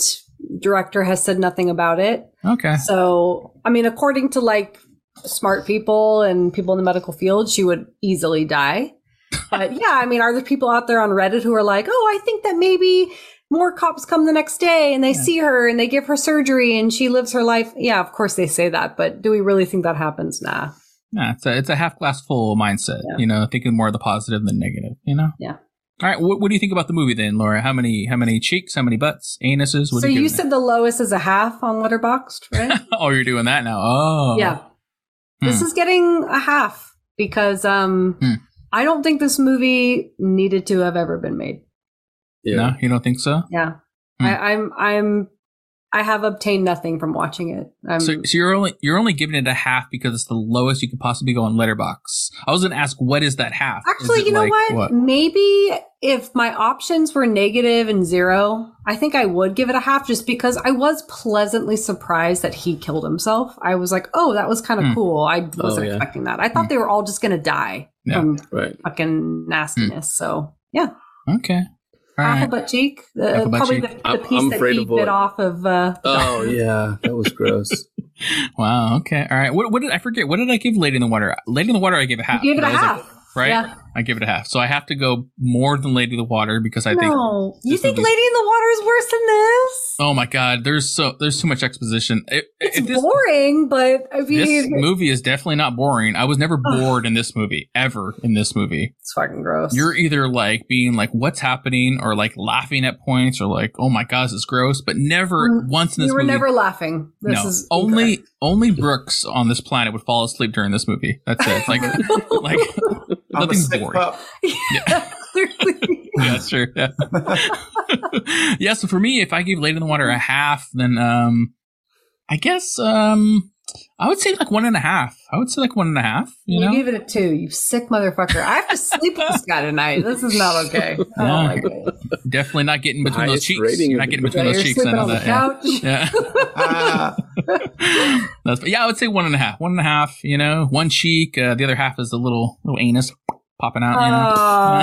Speaker 5: director has said nothing about it.
Speaker 6: okay.
Speaker 5: So, I mean, according to like smart people and people in the medical field, she would easily die. But yeah, I mean, are there people out there on Reddit who are like, oh, I think that maybe more cops come the next day and they see her and they give her surgery and she lives her life? Yeah, of course they say that, but do we really think that happens? Nah.
Speaker 6: Nah, it's a, it's a half glass full mindset, you know, thinking more of the positive than negative, you know?
Speaker 5: Yeah.
Speaker 6: All right, what, what do you think about the movie then, Laura? How many how many cheeks, how many butts, anuses? What
Speaker 5: so
Speaker 6: do you,
Speaker 5: you
Speaker 6: give it?
Speaker 5: said the lowest is a half on Letterboxd, right?
Speaker 6: Oh, you're doing that now. Oh.
Speaker 5: Yeah. This is getting a half because um
Speaker 6: Hmm.
Speaker 5: I don't think this movie needed to have ever been made.
Speaker 6: No, you don't think so?
Speaker 5: Yeah.
Speaker 6: Hmm.
Speaker 5: I, I'm I'm I have obtained nothing from watching it. I'm
Speaker 6: So, so you're only you're only giving it a half because it's the lowest you could possibly go on Letterbox. I was gonna ask what is that half? Is
Speaker 5: actually
Speaker 6: it
Speaker 5: you know
Speaker 6: like
Speaker 5: what? Maybe if my options were negative and zero, I think I would give it a half just because I was pleasantly surprised that he killed himself. I was like, oh that was kind of
Speaker 6: Hmm.
Speaker 5: cool. I wasn't
Speaker 7: yeah.
Speaker 5: expecting that. I thought they were all just gonna die
Speaker 6: Yeah.
Speaker 5: from
Speaker 7: Right.
Speaker 5: fucking nastiness. So yeah.
Speaker 6: Okay. All
Speaker 5: Half a
Speaker 6: right.
Speaker 5: butt cheek. The,
Speaker 6: Half a butt
Speaker 5: probably
Speaker 6: cheek.
Speaker 5: The, the
Speaker 7: I'm-
Speaker 5: piece
Speaker 7: I'm
Speaker 5: that
Speaker 7: afraid
Speaker 5: he
Speaker 7: of what-
Speaker 5: bit off of. Uh,
Speaker 7: Oh yeah, that was gross.
Speaker 6: Wow. Okay. All right. What, what did I forget? What did I give Lady in the Water? Lady in the Water, I gave a half.
Speaker 5: you gave it
Speaker 6: I
Speaker 5: a
Speaker 6: Ah, was like,
Speaker 5: half.
Speaker 6: right?
Speaker 5: Yeah.
Speaker 6: I give it a half. So I have to go more than Lady in the Water because I think.
Speaker 5: no, you
Speaker 6: this
Speaker 5: think
Speaker 6: movie's-
Speaker 5: Lady in the Water is worse than this?
Speaker 6: Oh my God! There's so there's too much exposition. It,
Speaker 5: it's
Speaker 6: it- this,
Speaker 5: boring, but I mean,
Speaker 6: this movie is definitely not boring. I was never bored in this movie ever. In this movie,
Speaker 5: it's fucking gross.
Speaker 6: you're either like being like, "What's happening?" or like laughing at points, or like, "Oh my God, this is gross." But never
Speaker 5: Mm,
Speaker 6: once in
Speaker 5: You
Speaker 6: this
Speaker 5: were
Speaker 6: movie.
Speaker 5: never laughing. This
Speaker 6: no,
Speaker 5: is
Speaker 6: only only Brooks on this planet would fall asleep during this movie. That's it. Like, like
Speaker 8: I'm a
Speaker 6: nothing's
Speaker 8: sick
Speaker 6: boring.
Speaker 8: pup.
Speaker 5: clearly.
Speaker 6: yeah, sure. Yeah. yeah. So for me, if I gave Lady in the Water a half, then um, I guess um, I would say like one and a half. I would say like one and a half. You
Speaker 5: You,
Speaker 6: know.
Speaker 5: gave it a two, you sick motherfucker. I have to sleep with this guy tonight. This is not okay. Oh
Speaker 6: Yeah.
Speaker 5: my god.
Speaker 6: Definitely not getting between those
Speaker 7: Highest
Speaker 6: cheeks.
Speaker 7: rating
Speaker 6: You're
Speaker 7: of
Speaker 6: not
Speaker 7: the-
Speaker 5: Yeah,
Speaker 6: getting between
Speaker 5: you're
Speaker 6: those cheeks. I
Speaker 5: sleeping
Speaker 6: know
Speaker 5: on the
Speaker 6: that. Yeah.
Speaker 5: couch.
Speaker 6: Yeah.
Speaker 8: Ah,
Speaker 6: That's, yeah, I would say one and a half. One and a half. You know, one cheek. Uh, the other half is the little little anus popping out. You know.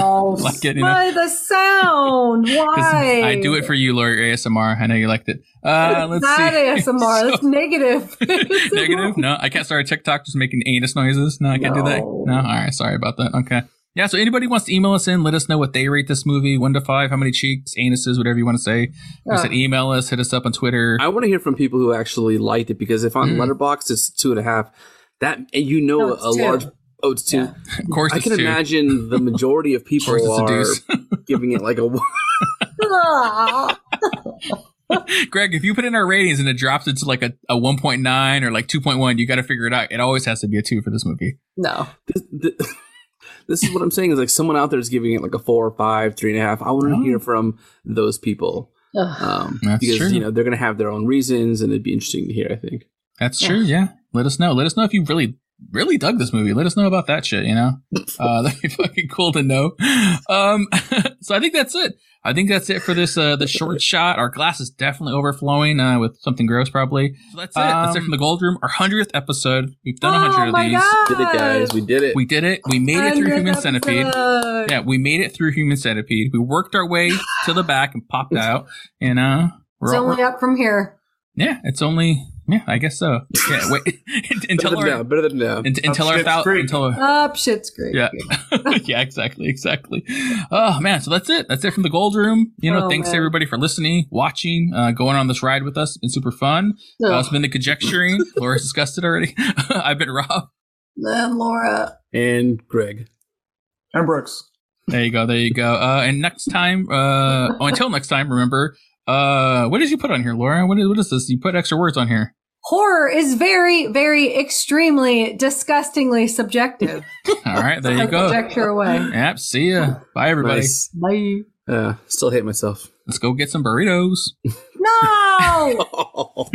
Speaker 5: Oh,
Speaker 6: Like it, you know?
Speaker 5: why the sound?
Speaker 6: 'Cause
Speaker 5: Oh, Why?
Speaker 6: I do it for you, Laura your ASMR. I know you liked it. Uh, let's
Speaker 5: That
Speaker 6: see.
Speaker 5: ASMR. That's negative.
Speaker 6: Negative? No, I can't start a TikTok just making anus noises. No, I can't do that.
Speaker 5: No.
Speaker 6: No, all right. Sorry about that. Okay. Yeah. So anybody wants to email us in, let us know what they rate this movie, one to five, how many cheeks, anuses, whatever you want to say. Like I said,
Speaker 5: Oh.
Speaker 6: email us, hit us up on Twitter.
Speaker 7: I want to hear from people who actually liked it because if on
Speaker 6: Mm.
Speaker 7: Letterboxd it's two and a half, that and you know
Speaker 5: No, it's
Speaker 7: a
Speaker 5: two.
Speaker 7: large oh it's two.
Speaker 6: of course,
Speaker 7: I
Speaker 6: it's
Speaker 7: can
Speaker 6: two.
Speaker 7: imagine the majority of people
Speaker 6: Of course,
Speaker 7: are
Speaker 6: it's a
Speaker 7: giving it like a one.
Speaker 5: Aw.
Speaker 6: deuce. Greg, if you put in our ratings and it drops it to like a, a 1.9 or like 2.1, you got to figure it out. It always has to be a two for this movie.
Speaker 5: no.
Speaker 7: This, th- this is what I'm saying is like someone out there is giving it like a four or five, three and a half. I want to hear from those people
Speaker 5: Ugh.
Speaker 7: um,
Speaker 6: Oh. That's
Speaker 7: because
Speaker 6: true.
Speaker 7: you know they're going to have their own reasons and it'd be interesting to hear. I think.
Speaker 6: That's true. Yeah. Let us know. Let us know if you really, really dug this movie. Let us know about that shit, you know? Uh, that'd be fucking cool to know. Um, so I think that's it. I think that's it for this, uh, the short shot. Our glass is definitely overflowing, uh, with something gross probably. So that's it. that's it
Speaker 7: Um,
Speaker 6: from the Gold Room. Our 100th episode. We've done a 100
Speaker 5: oh
Speaker 6: of
Speaker 5: my
Speaker 6: these.
Speaker 5: god.
Speaker 7: Did it, guys? We did it.
Speaker 6: We did it. We made it through
Speaker 5: 100th
Speaker 6: Human Centipede.
Speaker 5: episode.
Speaker 6: Yeah, we made it through Human Centipede. We worked our way to the back and popped out, you know? We're
Speaker 5: It's
Speaker 6: all-
Speaker 5: only up from here.
Speaker 6: yeah, it's only, yeah, I guess so. Yeah, wait.
Speaker 7: better
Speaker 6: until
Speaker 7: than
Speaker 6: our,
Speaker 7: now. Better than now.
Speaker 6: Un- until our
Speaker 8: Shit's
Speaker 6: thou-
Speaker 8: Creek.
Speaker 6: until our-
Speaker 5: Up shit's great.
Speaker 6: yeah yeah exactly exactly oh man so that's it that's it from the gold room you know
Speaker 5: Oh,
Speaker 6: thanks
Speaker 5: man.
Speaker 6: everybody for listening watching uh, going on this ride with us it's been super fun uh, it's been the conjecturing laura's discussed it already i've been rob
Speaker 5: Then Laura.
Speaker 7: and Greg.
Speaker 8: and Brooks.
Speaker 6: there you go there you go uh, and next time uh, oh, until next time remember uh, what did you put on here laura what is, what is this you put extra words on here
Speaker 5: Horror is very, very, extremely, disgustingly subjective.
Speaker 6: all right there you
Speaker 5: I
Speaker 6: go
Speaker 5: conjecture away.
Speaker 6: yep see ya bye everybody
Speaker 7: Nice.
Speaker 5: Bye.
Speaker 7: Uh, still hate myself.
Speaker 6: let's go get some burritos
Speaker 5: No!